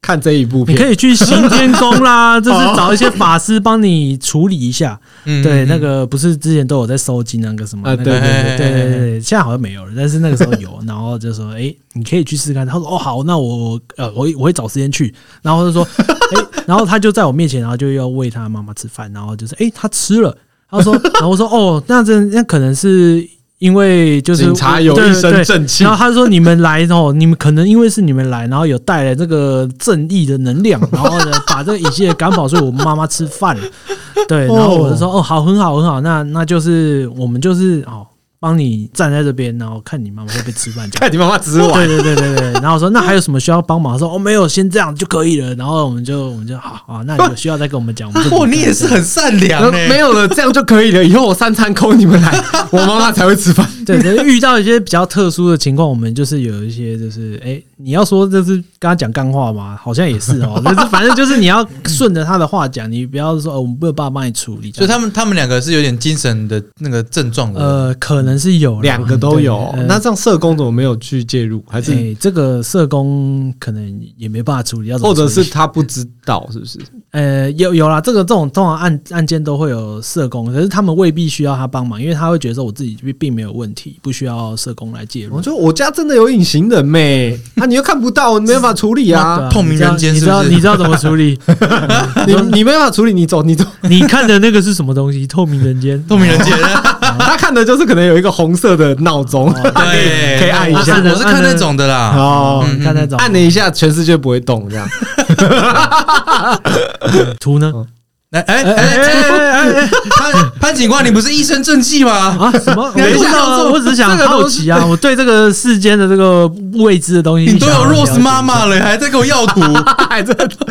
Speaker 1: 看这一部
Speaker 3: 你
Speaker 1: 片，
Speaker 3: 可以去行天宫 啦，就是找一些法师帮你处理一下。
Speaker 1: 哦
Speaker 2: 嗯
Speaker 3: 对，那个不是之前都有在收集那个什么？
Speaker 1: 啊
Speaker 3: 那个
Speaker 1: 对
Speaker 2: 对对
Speaker 3: 对
Speaker 2: 对
Speaker 3: 对对对，现在好像没有了，但是那个时候有，然后就说，哎，你可以去试试看。他说，哦，好，那我呃，我会我会找时间去。然后就说， 哎，然后他就在我面前，然后就要喂他妈妈吃饭，然后就是，哎，他吃了。他说，然后我说，哦，那这那可能是因为就是
Speaker 1: 警察有
Speaker 3: 对
Speaker 1: 一
Speaker 3: 对
Speaker 1: 身正气
Speaker 3: 然，后他说：“你们来哦，你们可能因为是你们来，然后有带来这个正义的能 量，然后呢把这个隐形人赶跑，所以我妈妈吃饭了。对，然后我就说：哦，好，很好，很好。那那就是我们就是哦，帮你站在这边，然后看你妈妈会不会吃 饭这样。
Speaker 1: 看你妈妈吃完，
Speaker 3: 对对对对对。然后我说：那还有什么需要帮忙？他说：哦，没有，先这样就可以了。然后我们就我们就好啊，那有需要再跟我们讲。我们就
Speaker 2: 哇，啊哦你也是很善良
Speaker 3: 嗯
Speaker 1: 然后
Speaker 2: 欸
Speaker 1: 没有了，这样就可以了。以后我三餐空，你们 来，我妈妈才会吃饭。
Speaker 3: 对，可是遇到一些比较特殊的情况，我们就是有一些就是，哎、你要说这是跟他讲干话嘛，好像也是哦，但是反正就是你要顺着他的话讲，你不要说、哦、我们没有办法帮你处理这
Speaker 2: 所以他
Speaker 3: 样。
Speaker 2: 们他们两个是有点精神的那个症状的，
Speaker 3: 呃，可能是有啦
Speaker 1: 两个都有
Speaker 3: 对呃，
Speaker 1: 那这样社工怎么没有去介入？还
Speaker 3: 哎、
Speaker 1: 是
Speaker 3: 这个社工可能也没办法处理，要怎
Speaker 1: 或
Speaker 3: 么处理
Speaker 1: 者是他不知道，是不是？
Speaker 3: 呃，有有啦，这个这种通常案案件都会有社工，可是他们未必需要他帮忙，因为他会觉得说我自己并并没有问题，不需要社工来介入。
Speaker 1: 我就我家真的有隐形人妹、啊，你又看不到，你没办法处理
Speaker 3: 那
Speaker 1: 啊，
Speaker 2: 透明人间
Speaker 3: 你知道
Speaker 2: 是不是
Speaker 3: 你知道你知道怎么处理？
Speaker 1: 你你没办法处理，你走 你走。
Speaker 3: 你看的那个是什么东西？透明人间，
Speaker 2: 透明人间，
Speaker 1: 他看的就是可能有一个红色的闹钟，
Speaker 2: 对，
Speaker 1: 可以按一下
Speaker 2: 我是我是看那种的啦，
Speaker 1: 哦
Speaker 2: 嗯
Speaker 3: 哦，，你看那种
Speaker 1: 按了一下，全世界不会动， 这样。
Speaker 3: 图呢？
Speaker 2: 哎哎
Speaker 3: 哎哎
Speaker 2: 哎哎，
Speaker 3: 哎哎
Speaker 2: 潘潘警官，你不是一身正气吗？
Speaker 3: 啊！什么？我 不
Speaker 2: 等一
Speaker 3: 知
Speaker 2: 下
Speaker 3: 道
Speaker 2: 这
Speaker 3: 啊，我只是想好 奇啊，我对这个世间的这个未知的东西，
Speaker 2: 你都有 Rose 妈
Speaker 3: 吗？
Speaker 2: 妈了，还在给我要图？
Speaker 1: 哎，这潘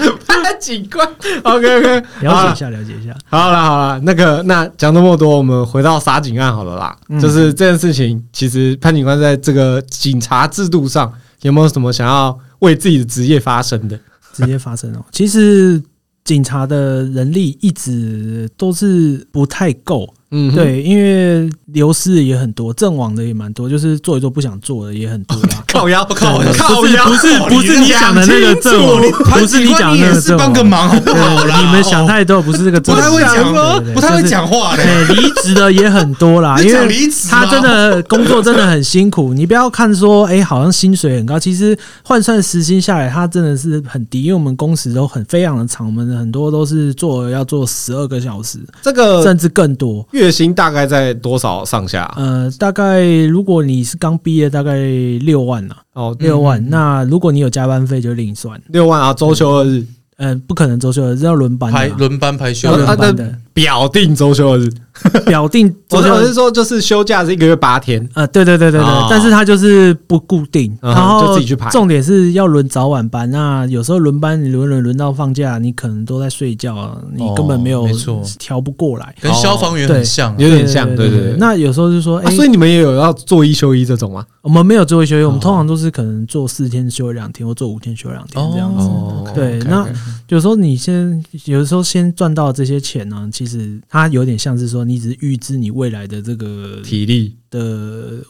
Speaker 1: 警 官，OK OK，
Speaker 3: 了解
Speaker 2: 啊
Speaker 3: 一下，了解一下。
Speaker 1: 好了好了，那个那讲这么多，我们回到杀警案好了啦。
Speaker 3: 嗯
Speaker 1: 就是这件事情，其实潘警官在这个警察制度上有没有什么想要为自己的职业发声的？
Speaker 3: 直接发生哦。其实警察的人力一直都是不太够，
Speaker 1: 嗯，，
Speaker 3: 对，因为流失的也很多，阵亡的也蛮多，就是做一做不想做的也很多 啦。
Speaker 1: 靠腰
Speaker 2: 靠腰
Speaker 1: 靠腰，
Speaker 3: 不是不是你想的那个阵亡，不
Speaker 2: 潘
Speaker 3: 是
Speaker 2: 警
Speaker 3: 你
Speaker 2: 官，
Speaker 3: 讲
Speaker 2: 你
Speaker 3: 的
Speaker 2: 也
Speaker 3: 那个
Speaker 2: 是
Speaker 3: 阵亡
Speaker 2: 帮。个忙好不好啦？哦
Speaker 3: 对你们想太多，不是这个阵
Speaker 2: 不
Speaker 3: 亡。
Speaker 2: 太会讲哦
Speaker 3: 对对对
Speaker 2: 不太会
Speaker 3: 就是
Speaker 2: 讲话嘞。
Speaker 3: 对，离职的也很多啦，
Speaker 2: 你
Speaker 3: 因
Speaker 2: 讲
Speaker 3: 为
Speaker 2: 离职吗
Speaker 3: 他真的工作真的很辛苦。你不要看说，哎、好像薪水很高，其实换算时薪下来，他真的是很低。因为我们工时都很非常的长，我们很多都是做要做十二个小时，
Speaker 1: 这个
Speaker 3: 甚至更多。
Speaker 1: 月薪大概在多少上下？啊
Speaker 3: 呃，大概如果你是刚毕业，大概六万呐、
Speaker 1: 哦，
Speaker 3: 啊六万。那如果你有加班费，就另算。
Speaker 1: 六万啊，周休二日，
Speaker 3: 呃，不可能周休，是要轮班的
Speaker 2: 排
Speaker 3: 嘛，
Speaker 2: 轮班排休
Speaker 3: 要
Speaker 1: 啊
Speaker 3: 轮
Speaker 1: 啊
Speaker 2: 的，
Speaker 3: 班的。
Speaker 1: 表定周休二日。
Speaker 3: 表定
Speaker 1: 我
Speaker 3: 周
Speaker 1: 是
Speaker 3: 休
Speaker 1: 我
Speaker 3: 二
Speaker 1: 是
Speaker 3: 日。
Speaker 1: 说，就是休假是一个月八天，
Speaker 3: 呃，对对对对对，
Speaker 1: 哦
Speaker 3: 但是它就是不固定，
Speaker 1: 嗯
Speaker 3: 然后
Speaker 1: 就自己去排
Speaker 3: 重点是要轮早晚班，那有时候轮班你轮轮轮到放假，你可能都在睡觉啊，
Speaker 1: 哦
Speaker 3: 你根本没有
Speaker 2: 没错
Speaker 3: 调不过来。
Speaker 2: 跟消防员
Speaker 3: 哦对
Speaker 2: 很像啊、
Speaker 1: 有点像，对对对。
Speaker 3: 那有时候就说，
Speaker 1: 啊
Speaker 3: 哎，
Speaker 1: 所以你们也有要做一休一这种吗？
Speaker 3: 我们没有做一休一，我们
Speaker 1: 哦
Speaker 3: 通常都是可能做四天休两天，或做五天休两天这样子。
Speaker 2: 哦
Speaker 3: 对
Speaker 1: OK，OK，
Speaker 3: 那
Speaker 1: OK
Speaker 3: 有时候你先，有时候先赚到这些钱呢、其实它有点像是说，你只是预支你未来的这个
Speaker 1: 体力
Speaker 3: 的，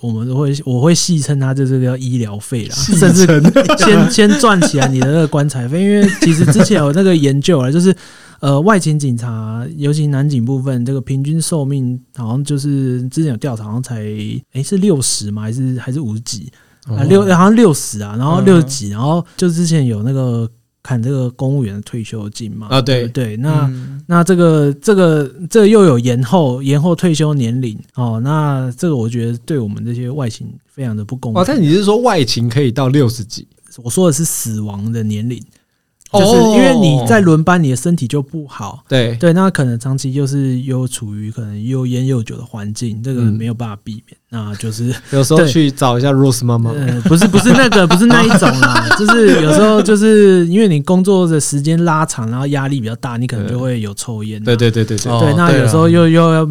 Speaker 3: 我们都会我会戏称它这这个叫医疗费啦，
Speaker 1: 甚
Speaker 3: 甚
Speaker 1: 至
Speaker 3: 至先先赚起来你的那个棺材费，因为其实之前有那个研究啊，就是呃外勤警察，尤其南警部分，这个平均寿命好像就是之前有调查，好像才诶、是六十吗？还是还是五几
Speaker 1: 哦
Speaker 3: 啊？六好像六十啊，然后
Speaker 2: 嗯
Speaker 3: 六几，然后就之前有那个砍这个公务员的退休金嘛
Speaker 1: 啊对
Speaker 3: 不对，那。
Speaker 2: 嗯
Speaker 3: 那这个这个这个又有延后延后退休年龄哦，那这个我觉得对我们这些外勤非常的不公平。
Speaker 1: 哇！哦但你是说外勤可以到六十几？
Speaker 3: 我说的是死亡的年龄，
Speaker 2: 哦
Speaker 3: 就是因为你在轮班，你的身体就不好。
Speaker 1: 对，
Speaker 3: 对，那可能长期就是又处于可能又烟又酒的环境，这个
Speaker 1: 嗯
Speaker 3: 没有办法避免。那就是
Speaker 1: 有时候
Speaker 3: 对
Speaker 1: 去找一下 Rose 妈妈。
Speaker 3: 呃，不是不是那个，不是那一种 啦，就是有时候就是因为你工作的时间拉长，然后压力比较大，你可能就会有抽烟、啊
Speaker 1: 对。对对对对，
Speaker 2: 哦
Speaker 3: 对，那
Speaker 2: 对啊
Speaker 3: 有时候又又要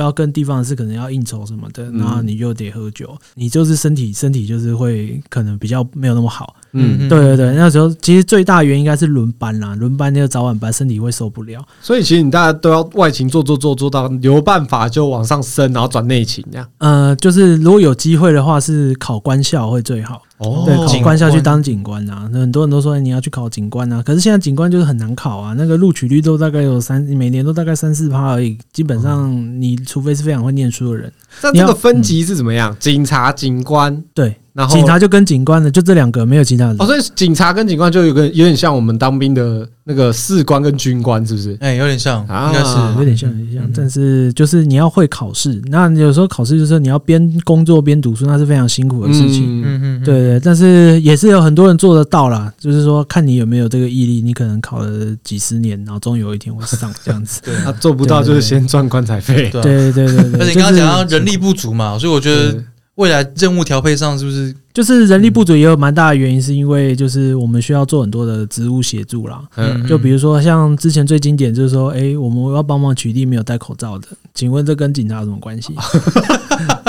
Speaker 3: 要跟地方是可能要应酬什么的，
Speaker 1: 嗯
Speaker 3: 然后你又得喝酒，你就是身体身体就是会可能比较没有那么好。
Speaker 1: 嗯，
Speaker 3: 对对对，那时候其实最大原因应该是轮班啦，轮班那个早晚班身体会受不了。
Speaker 1: 所以其实你大家都要外勤做做做做到有办法就往上升，然后转内勤这样。
Speaker 3: 呃，就是如果有机会的话，是考官校会最好。
Speaker 2: 哦
Speaker 3: 对，考
Speaker 2: 警
Speaker 3: 官校去
Speaker 2: 官
Speaker 3: 当警官啊，那很多人都说、哎你要去考警官啊，可是现在警官就是很难考啊，那个录取率都大概有三，每年都大概三四趴而已，基本
Speaker 2: 哦
Speaker 3: 上你除非是非常会念书的人，
Speaker 1: 那这个分级是怎么样？警察、警官，
Speaker 3: 对，
Speaker 1: 然后
Speaker 3: 警察就跟警官的就这两个，没有其他的
Speaker 1: 哦，。所以警察跟警官就有个有点像我们当兵的那个士官跟军官，是不是？
Speaker 2: 哎、有点像，
Speaker 1: 啊
Speaker 2: 应该是
Speaker 3: 有点像，有
Speaker 2: 嗯
Speaker 3: 点像，但是就是你要会考试。那有时候考试就是你要边工作边读书，那是非常辛苦的事情。
Speaker 1: 嗯，
Speaker 2: 嗯嗯，嗯
Speaker 3: 对，对，但是也是有很多人做得到啦，就是说看你有没有这个毅力，你可能考了几十年，然后终有一天会上这样子。
Speaker 2: 对
Speaker 1: 他做不到就是先赚棺材费。
Speaker 2: 对啊
Speaker 3: 对对对对，
Speaker 2: 而且你刚刚讲到
Speaker 3: 嗯就是
Speaker 2: 人力不足嘛，所以我觉
Speaker 1: 对
Speaker 2: 得未来任务调配上是不是
Speaker 3: 就是人力不足也有蛮大的原因，是因为就是我们需要做很多的职务协助啦。
Speaker 1: 嗯，
Speaker 3: 就比如说像之前最经典就是说，哎、我们要帮忙取缔没有戴口罩的，请问这跟警察有什么关系？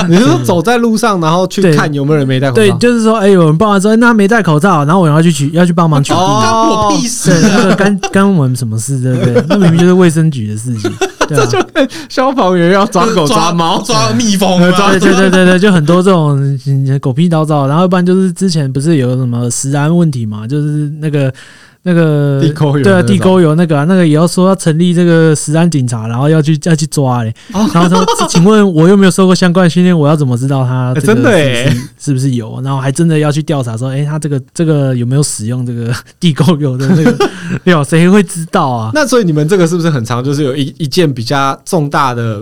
Speaker 1: 你是说走在路上，然后去
Speaker 3: 对
Speaker 1: 看有没有人没戴口罩？
Speaker 3: 对，就是说，哎、有人帮忙说，哎那他没戴口罩，然后我要去取，要去帮忙取缔。
Speaker 1: 哦
Speaker 2: 干我屁事
Speaker 3: 对，
Speaker 2: 啊？
Speaker 3: 那 个干干我们什么事，对不对？那明明就是卫生局的事情，对啊，
Speaker 1: 消防员要抓狗抓猫，
Speaker 2: 抓蜜蜂
Speaker 1: 呃
Speaker 2: 啊，
Speaker 3: 对对对对对，就很多这种嗯狗屁叨叨，然后一般就是之前不是有什么食安问题嘛，就是那个那个
Speaker 1: 地沟油
Speaker 3: 对
Speaker 1: 那
Speaker 3: 啊，
Speaker 1: 种
Speaker 3: 地沟油那个、啊、那个也要说要成立这个食安警察，然后要去要去抓嘞、
Speaker 1: 哦
Speaker 3: 然后说，这请问我又没有受过相关训练，我要怎么知道他
Speaker 1: 哎真的哎
Speaker 3: 是不是有？然后还真的要去调查说，哎、他这个这个有没有使用这个 地沟油的那 个料，谁会知道啊？
Speaker 1: 那所以你们这个是不是很常就是有一一件比较重大的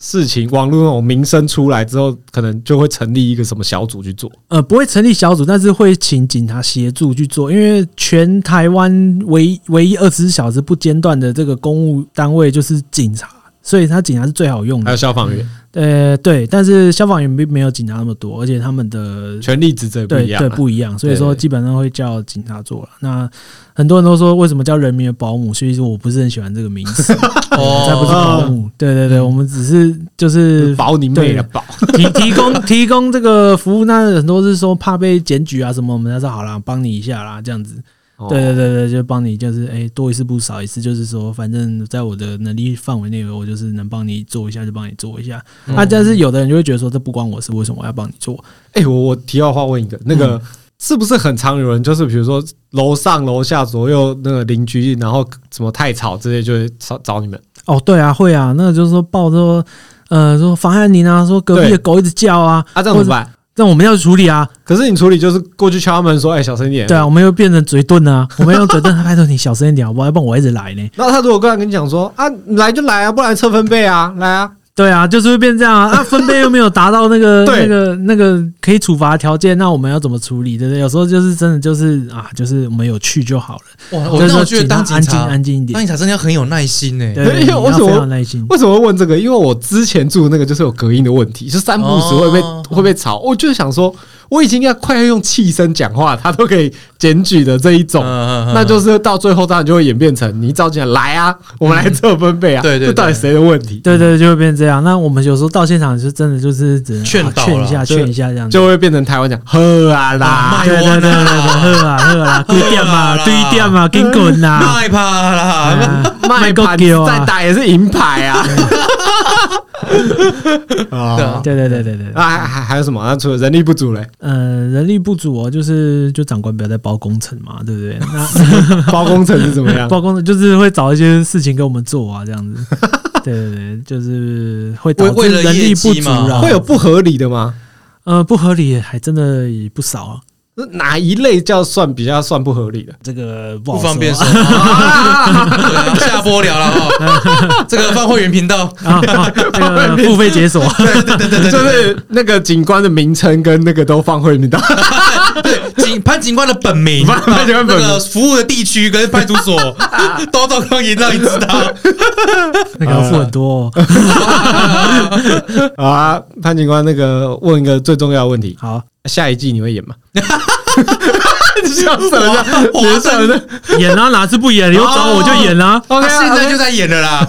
Speaker 1: 事情，网络那种名声出来之后，可能就会成立一个什么小组去做？
Speaker 3: 呃，不会成立小组，但是会请警察协助去做，因为全台湾唯一唯一二十四小时不间断的这个公务单位就是警察，所以他警察是最好用
Speaker 1: 还有
Speaker 3: 的。
Speaker 1: 消防员
Speaker 3: 呃，对，但是消防员并没有警察那么多，而且他们的
Speaker 1: 权力职责也不
Speaker 3: 对
Speaker 1: 一样
Speaker 3: 对
Speaker 1: 啊，
Speaker 3: 不一样，所以
Speaker 1: 对
Speaker 3: 说
Speaker 1: 对
Speaker 3: 基本上会叫警察做了。那很多人都说为什么叫人民的保姆，所以说我不是很喜欢这个名词，
Speaker 2: 哦
Speaker 3: 才不是保姆。嗯对对对，我们只是就是
Speaker 1: 保你妹了保！
Speaker 3: 提提供提供这个服务，那很多是说怕被检举啊什么，我们那说好啦，帮你一下啦，这样子。对对
Speaker 1: 哦，
Speaker 3: 对对，就帮你就是哎、多一事不如少一事，就是说反正在我的能力范围内，我就是能帮你做一下就帮你做一下。
Speaker 2: 嗯
Speaker 3: 啊，但是有的人就会觉得说这不关我事，为什么我要帮你做？
Speaker 1: 哎，我我题外话问一个，那
Speaker 3: 嗯
Speaker 1: 个是不是很常有人就是比如说楼上楼下左右那个邻居，然后什么太吵之类，就会找找你们？
Speaker 3: 哦，对啊，会啊，那个就是说报说呃说妨碍您啊，说隔壁
Speaker 1: 对
Speaker 3: 的狗一直叫啊，
Speaker 1: 啊，这样怎么办？
Speaker 3: 那我们要处理啊。
Speaker 1: 可是你处理就是过去敲他门说：“哎，小声一点。”
Speaker 3: 对啊，我们又变成嘴 遁啊，我们用嘴遁，拜托你小声一点好不好？要不然我一直来呢。
Speaker 1: 然后他如果过来跟你讲说啊，来就来啊，不然车分贝啊，来啊，
Speaker 3: 对啊，就是会变这样啊。 啊，分贝又没有达到那个
Speaker 1: 对
Speaker 3: 那个那个可以处罚条件，那我们要怎么处理？对不对？有时候就是真的就是啊，就是我们有去就好了。
Speaker 2: 哇，我哦
Speaker 3: 就是
Speaker 2: 那
Speaker 3: 说
Speaker 2: 我觉得当警
Speaker 3: 安静
Speaker 2: 察，
Speaker 3: 安静一
Speaker 2: 当
Speaker 3: 点。
Speaker 2: 警察真的要很有耐心呢。
Speaker 3: 对，
Speaker 1: 因为
Speaker 3: 对你要
Speaker 1: 为什么
Speaker 3: 非常耐心。
Speaker 1: 为什么会问这个？因为我之前住的那个就是有隔音的问题，就三不五时会被、
Speaker 2: 哦
Speaker 1: 会被吵。我就想说，我已经要快要用气声讲话，他都可以检举的这一种，
Speaker 2: 嗯
Speaker 1: 那就是到最后当然就会演变成你一照进来来啊，我们来测分贝啊，
Speaker 2: 嗯对对对
Speaker 1: 这到底谁的问题？
Speaker 3: 对对，就会变这样。那我们有时候到现场是真的就是只能
Speaker 2: 劝
Speaker 3: 啊
Speaker 2: 导
Speaker 3: 劝
Speaker 2: 啦
Speaker 3: 一下，
Speaker 1: 就
Speaker 3: 劝一下这样子。
Speaker 1: 就会变成台湾讲喝啊啦，
Speaker 2: 啊
Speaker 3: 对对对对对，喝啊 喝啊，几点嘛，
Speaker 2: 啦
Speaker 3: 几点嘛，紧滚 呐！
Speaker 2: 害怕
Speaker 3: 哎
Speaker 2: 啦，
Speaker 1: 卖
Speaker 3: 够
Speaker 1: 盘子
Speaker 3: 丢
Speaker 1: 再
Speaker 3: 啊！
Speaker 1: 打也是银牌 啊。
Speaker 2: 对啊
Speaker 1: 啊，
Speaker 3: 对对对对对，
Speaker 1: 还还还有什么？那除了人力不足嘞，
Speaker 3: 呃，人力不足哦，就是就长官不要再包工程嘛，对 不对？
Speaker 1: 包工程是怎么
Speaker 3: 那
Speaker 1: 样？
Speaker 3: 包工程就是会找一些事情给我们做啊，这 样子。对对对，就是会导
Speaker 2: 为
Speaker 3: 致
Speaker 2: 为了
Speaker 3: 人力
Speaker 2: 业
Speaker 3: 不
Speaker 2: 绩
Speaker 3: 足
Speaker 2: 嘛
Speaker 3: 啊，
Speaker 1: 会有不合理的吗？
Speaker 3: 呃不合理，还真的也不少啊。
Speaker 1: 那哪一类叫算比较算不合理的？
Speaker 3: 这个不好
Speaker 2: 不方便
Speaker 3: 说
Speaker 2: 说，
Speaker 3: 啊
Speaker 2: 啊对啊下播聊了 哈。这个放会员频道，
Speaker 3: 啊，啊这个付费 解锁。
Speaker 1: 就是那个警官的名称跟那个都放会名单，
Speaker 2: 对警潘警官的本名，
Speaker 1: 潘 潘警官本名
Speaker 2: 那个服务的地区跟派出 所都都可以让你知道。
Speaker 3: 那个要付很多、
Speaker 2: 啊
Speaker 3: 哦。
Speaker 1: 好啊。潘警官，那个问一个最重要的问题，
Speaker 3: 好，
Speaker 1: 下一季你会 演吗？你笑什么？
Speaker 2: 哇
Speaker 1: 你笑什么？
Speaker 3: 演啊，哪次不演？你又找我就演啊。
Speaker 1: OK，
Speaker 2: 他现在就在演了啦。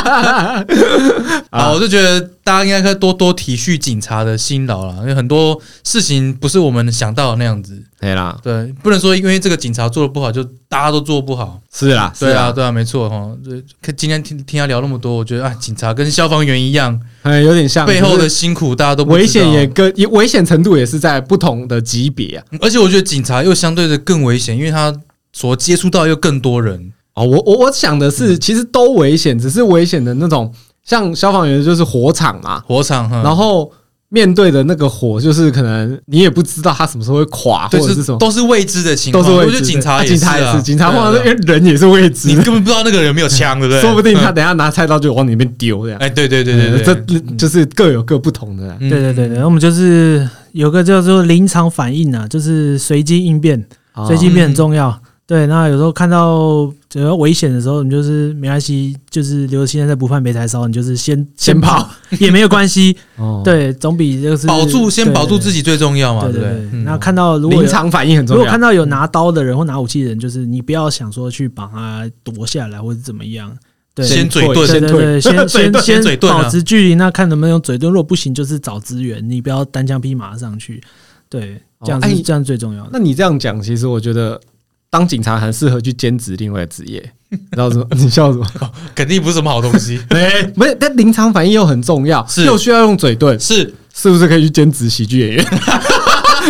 Speaker 2: 啊，我就觉得大家应该可以多多体恤警察的辛劳啦，因为很多事情不是我们想到的那样子。
Speaker 1: 对啦，
Speaker 2: 对，不能说因为这个警察做的不好，就大家都做不好。
Speaker 1: 是啦，
Speaker 2: 对啊，，对啊，没错哈。对，可今天听听他聊那么多，我觉得啊，警察跟消防员一样，
Speaker 1: 哎，有点像
Speaker 2: 背后
Speaker 1: 就
Speaker 2: 的
Speaker 1: 是
Speaker 2: 辛苦大家都不知道
Speaker 1: 危险也跟也危险程度也是在不同的级别啊。
Speaker 2: 嗯而且我觉得警察又相对的更危险，因为他所接触到又更多人。
Speaker 1: 哦，我我我想的
Speaker 2: 嗯
Speaker 1: 是，其实都危险，只是危险的那种，像消防员就是火场嘛，
Speaker 2: 火场哈，
Speaker 1: 然后面对的那个火，就是可能你也不知道它什么时候会垮，或
Speaker 2: 对
Speaker 1: 者是什
Speaker 2: 是
Speaker 1: 么，
Speaker 2: 都是未知的情
Speaker 1: 都
Speaker 2: 况，
Speaker 1: 是未
Speaker 2: 我
Speaker 1: 知
Speaker 2: 觉
Speaker 1: 的。
Speaker 2: 得警察
Speaker 1: 啊
Speaker 2: 也
Speaker 1: 警察
Speaker 2: 啊
Speaker 1: 也是，警察往那
Speaker 2: 对啊
Speaker 1: 边人也是未
Speaker 2: 你
Speaker 1: 知
Speaker 2: 根
Speaker 1: 的，
Speaker 2: 本不知道那个人有没有枪，对不对？
Speaker 1: 说不定他
Speaker 2: 嗯
Speaker 1: 等一下拿菜刀就往你那边丢这样。
Speaker 2: 哎，对对对对对，
Speaker 1: 这就是各有各不同的啦。
Speaker 2: 嗯
Speaker 3: 对对对对，那我们就是有个叫做临场反应啊，就是随机应变，
Speaker 1: 啊
Speaker 3: 随机应变很重要。对，那有时候看到觉得危险的时候，你就是没关系，就是留着现在再不怕没柴烧，你就是先
Speaker 1: 先跑
Speaker 3: 也没有关系。
Speaker 1: 哦，
Speaker 3: 对，总比就是
Speaker 2: 保住先保住自
Speaker 3: 己。
Speaker 2: 己最重要嘛，
Speaker 3: 对
Speaker 2: 对不
Speaker 3: 对对
Speaker 2: 对？嗯
Speaker 3: 那看到如果
Speaker 1: 临
Speaker 3: 有
Speaker 1: 场反应很
Speaker 3: 如
Speaker 1: 重
Speaker 3: 果
Speaker 1: 要。
Speaker 3: 看到有拿刀的人或拿武器的人，就是你不要想说去把他夺下来或者怎么样。对，
Speaker 2: 先嘴
Speaker 1: 退
Speaker 2: 遁，
Speaker 1: 先退
Speaker 3: 对对对，先
Speaker 2: 嘴遁
Speaker 3: 先
Speaker 2: 先嘴遁啊
Speaker 3: 保持距离，那看能不能用嘴遁，如果不行就是找资源，你不要单枪匹马上去，对，
Speaker 1: 哦
Speaker 3: 这样
Speaker 1: 哎
Speaker 3: 是
Speaker 1: 你
Speaker 3: 这样最重要的。
Speaker 1: 那你这样讲，其实我觉得当警察很适合去兼职另外的职业。你知道什 么？你笑什么？
Speaker 2: 肯定不是什么好东西。
Speaker 1: 哎，不是，但临场反应又很重要，
Speaker 2: 是
Speaker 1: 又需要用嘴遁，
Speaker 2: 是
Speaker 1: 是不是可以去兼职喜剧演员？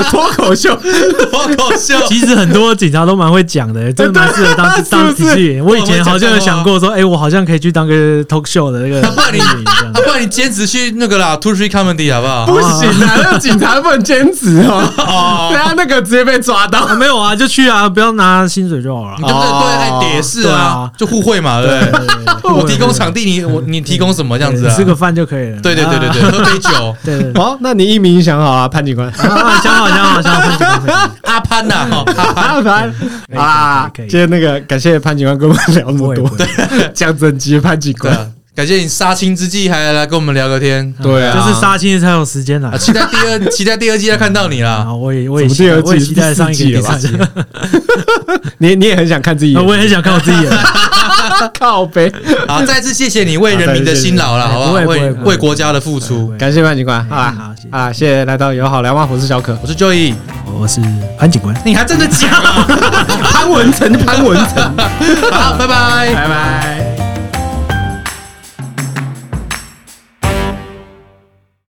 Speaker 1: 脱口秀，
Speaker 2: 好搞笑，
Speaker 3: 其实很多警察都蛮会讲的，真的蛮适合当当
Speaker 1: 是不
Speaker 3: 喜
Speaker 1: 是
Speaker 3: 剧演员。我以前好像有想过说，哎，我好像可以去当个 talk show 的那个
Speaker 2: 他怕
Speaker 3: 演
Speaker 2: 你
Speaker 3: 员这样
Speaker 2: 啊，。不然你兼职去那个啦，Two Three Comedy 好不好？
Speaker 1: 不行啊！那个警察不能兼职哦，
Speaker 2: 哦
Speaker 1: 等，下那个直接被抓到。
Speaker 3: 啊，没有啊，就去啊，不要拿薪水就好了
Speaker 2: 你。对不对？对，还叠是啊
Speaker 3: 对啊，
Speaker 2: 就互惠嘛，对不对？我提供场地，你我你提供什么这样子啊
Speaker 3: 吃？个饭就可以了。
Speaker 2: 对对对对
Speaker 3: 啊
Speaker 2: 对，喝杯酒，
Speaker 3: 对对对。
Speaker 1: 好，那你一鸣想好啊，潘警官。
Speaker 3: 啊，想好想好想好，
Speaker 2: 阿潘呐，哈阿
Speaker 1: 啊，
Speaker 2: 潘
Speaker 1: 潘
Speaker 3: 可以
Speaker 1: 啊，
Speaker 3: 可以可以
Speaker 1: 今天那个感谢潘警官跟我们聊那么
Speaker 3: 不会不
Speaker 1: 多
Speaker 3: 会，
Speaker 1: 讲整集的潘警
Speaker 2: 对
Speaker 1: 官。
Speaker 2: 啊，感谢你杀青之际还来跟我们聊个天
Speaker 1: 对啊
Speaker 3: 就是杀青才有时间来
Speaker 2: 啊，。期待第二期待第二季再看到你啦
Speaker 3: 啊，。我也我也
Speaker 1: 怎么第二季
Speaker 3: 我也期待上一个
Speaker 1: 第
Speaker 3: 第
Speaker 1: 四
Speaker 3: 四
Speaker 1: 季
Speaker 3: 季，
Speaker 1: 你你也很想看自己演，
Speaker 3: 我也很想看我自己演。
Speaker 1: 靠背。
Speaker 2: 好，再次谢谢你为人民的辛劳了，
Speaker 3: 好
Speaker 2: 好好？
Speaker 3: 再次谢谢
Speaker 2: 为
Speaker 3: 哎不会不会
Speaker 2: 为国家的付出。
Speaker 1: 感谢潘警官，好啦，
Speaker 3: 好谢谢
Speaker 1: 啊，谢谢来到友好聊吗？我是小可，
Speaker 2: 我是 Joey，
Speaker 3: 我是潘警官。
Speaker 2: 你 还真的讲啊？
Speaker 1: 潘文成，潘文成，
Speaker 2: 好，拜拜。
Speaker 1: 拜拜。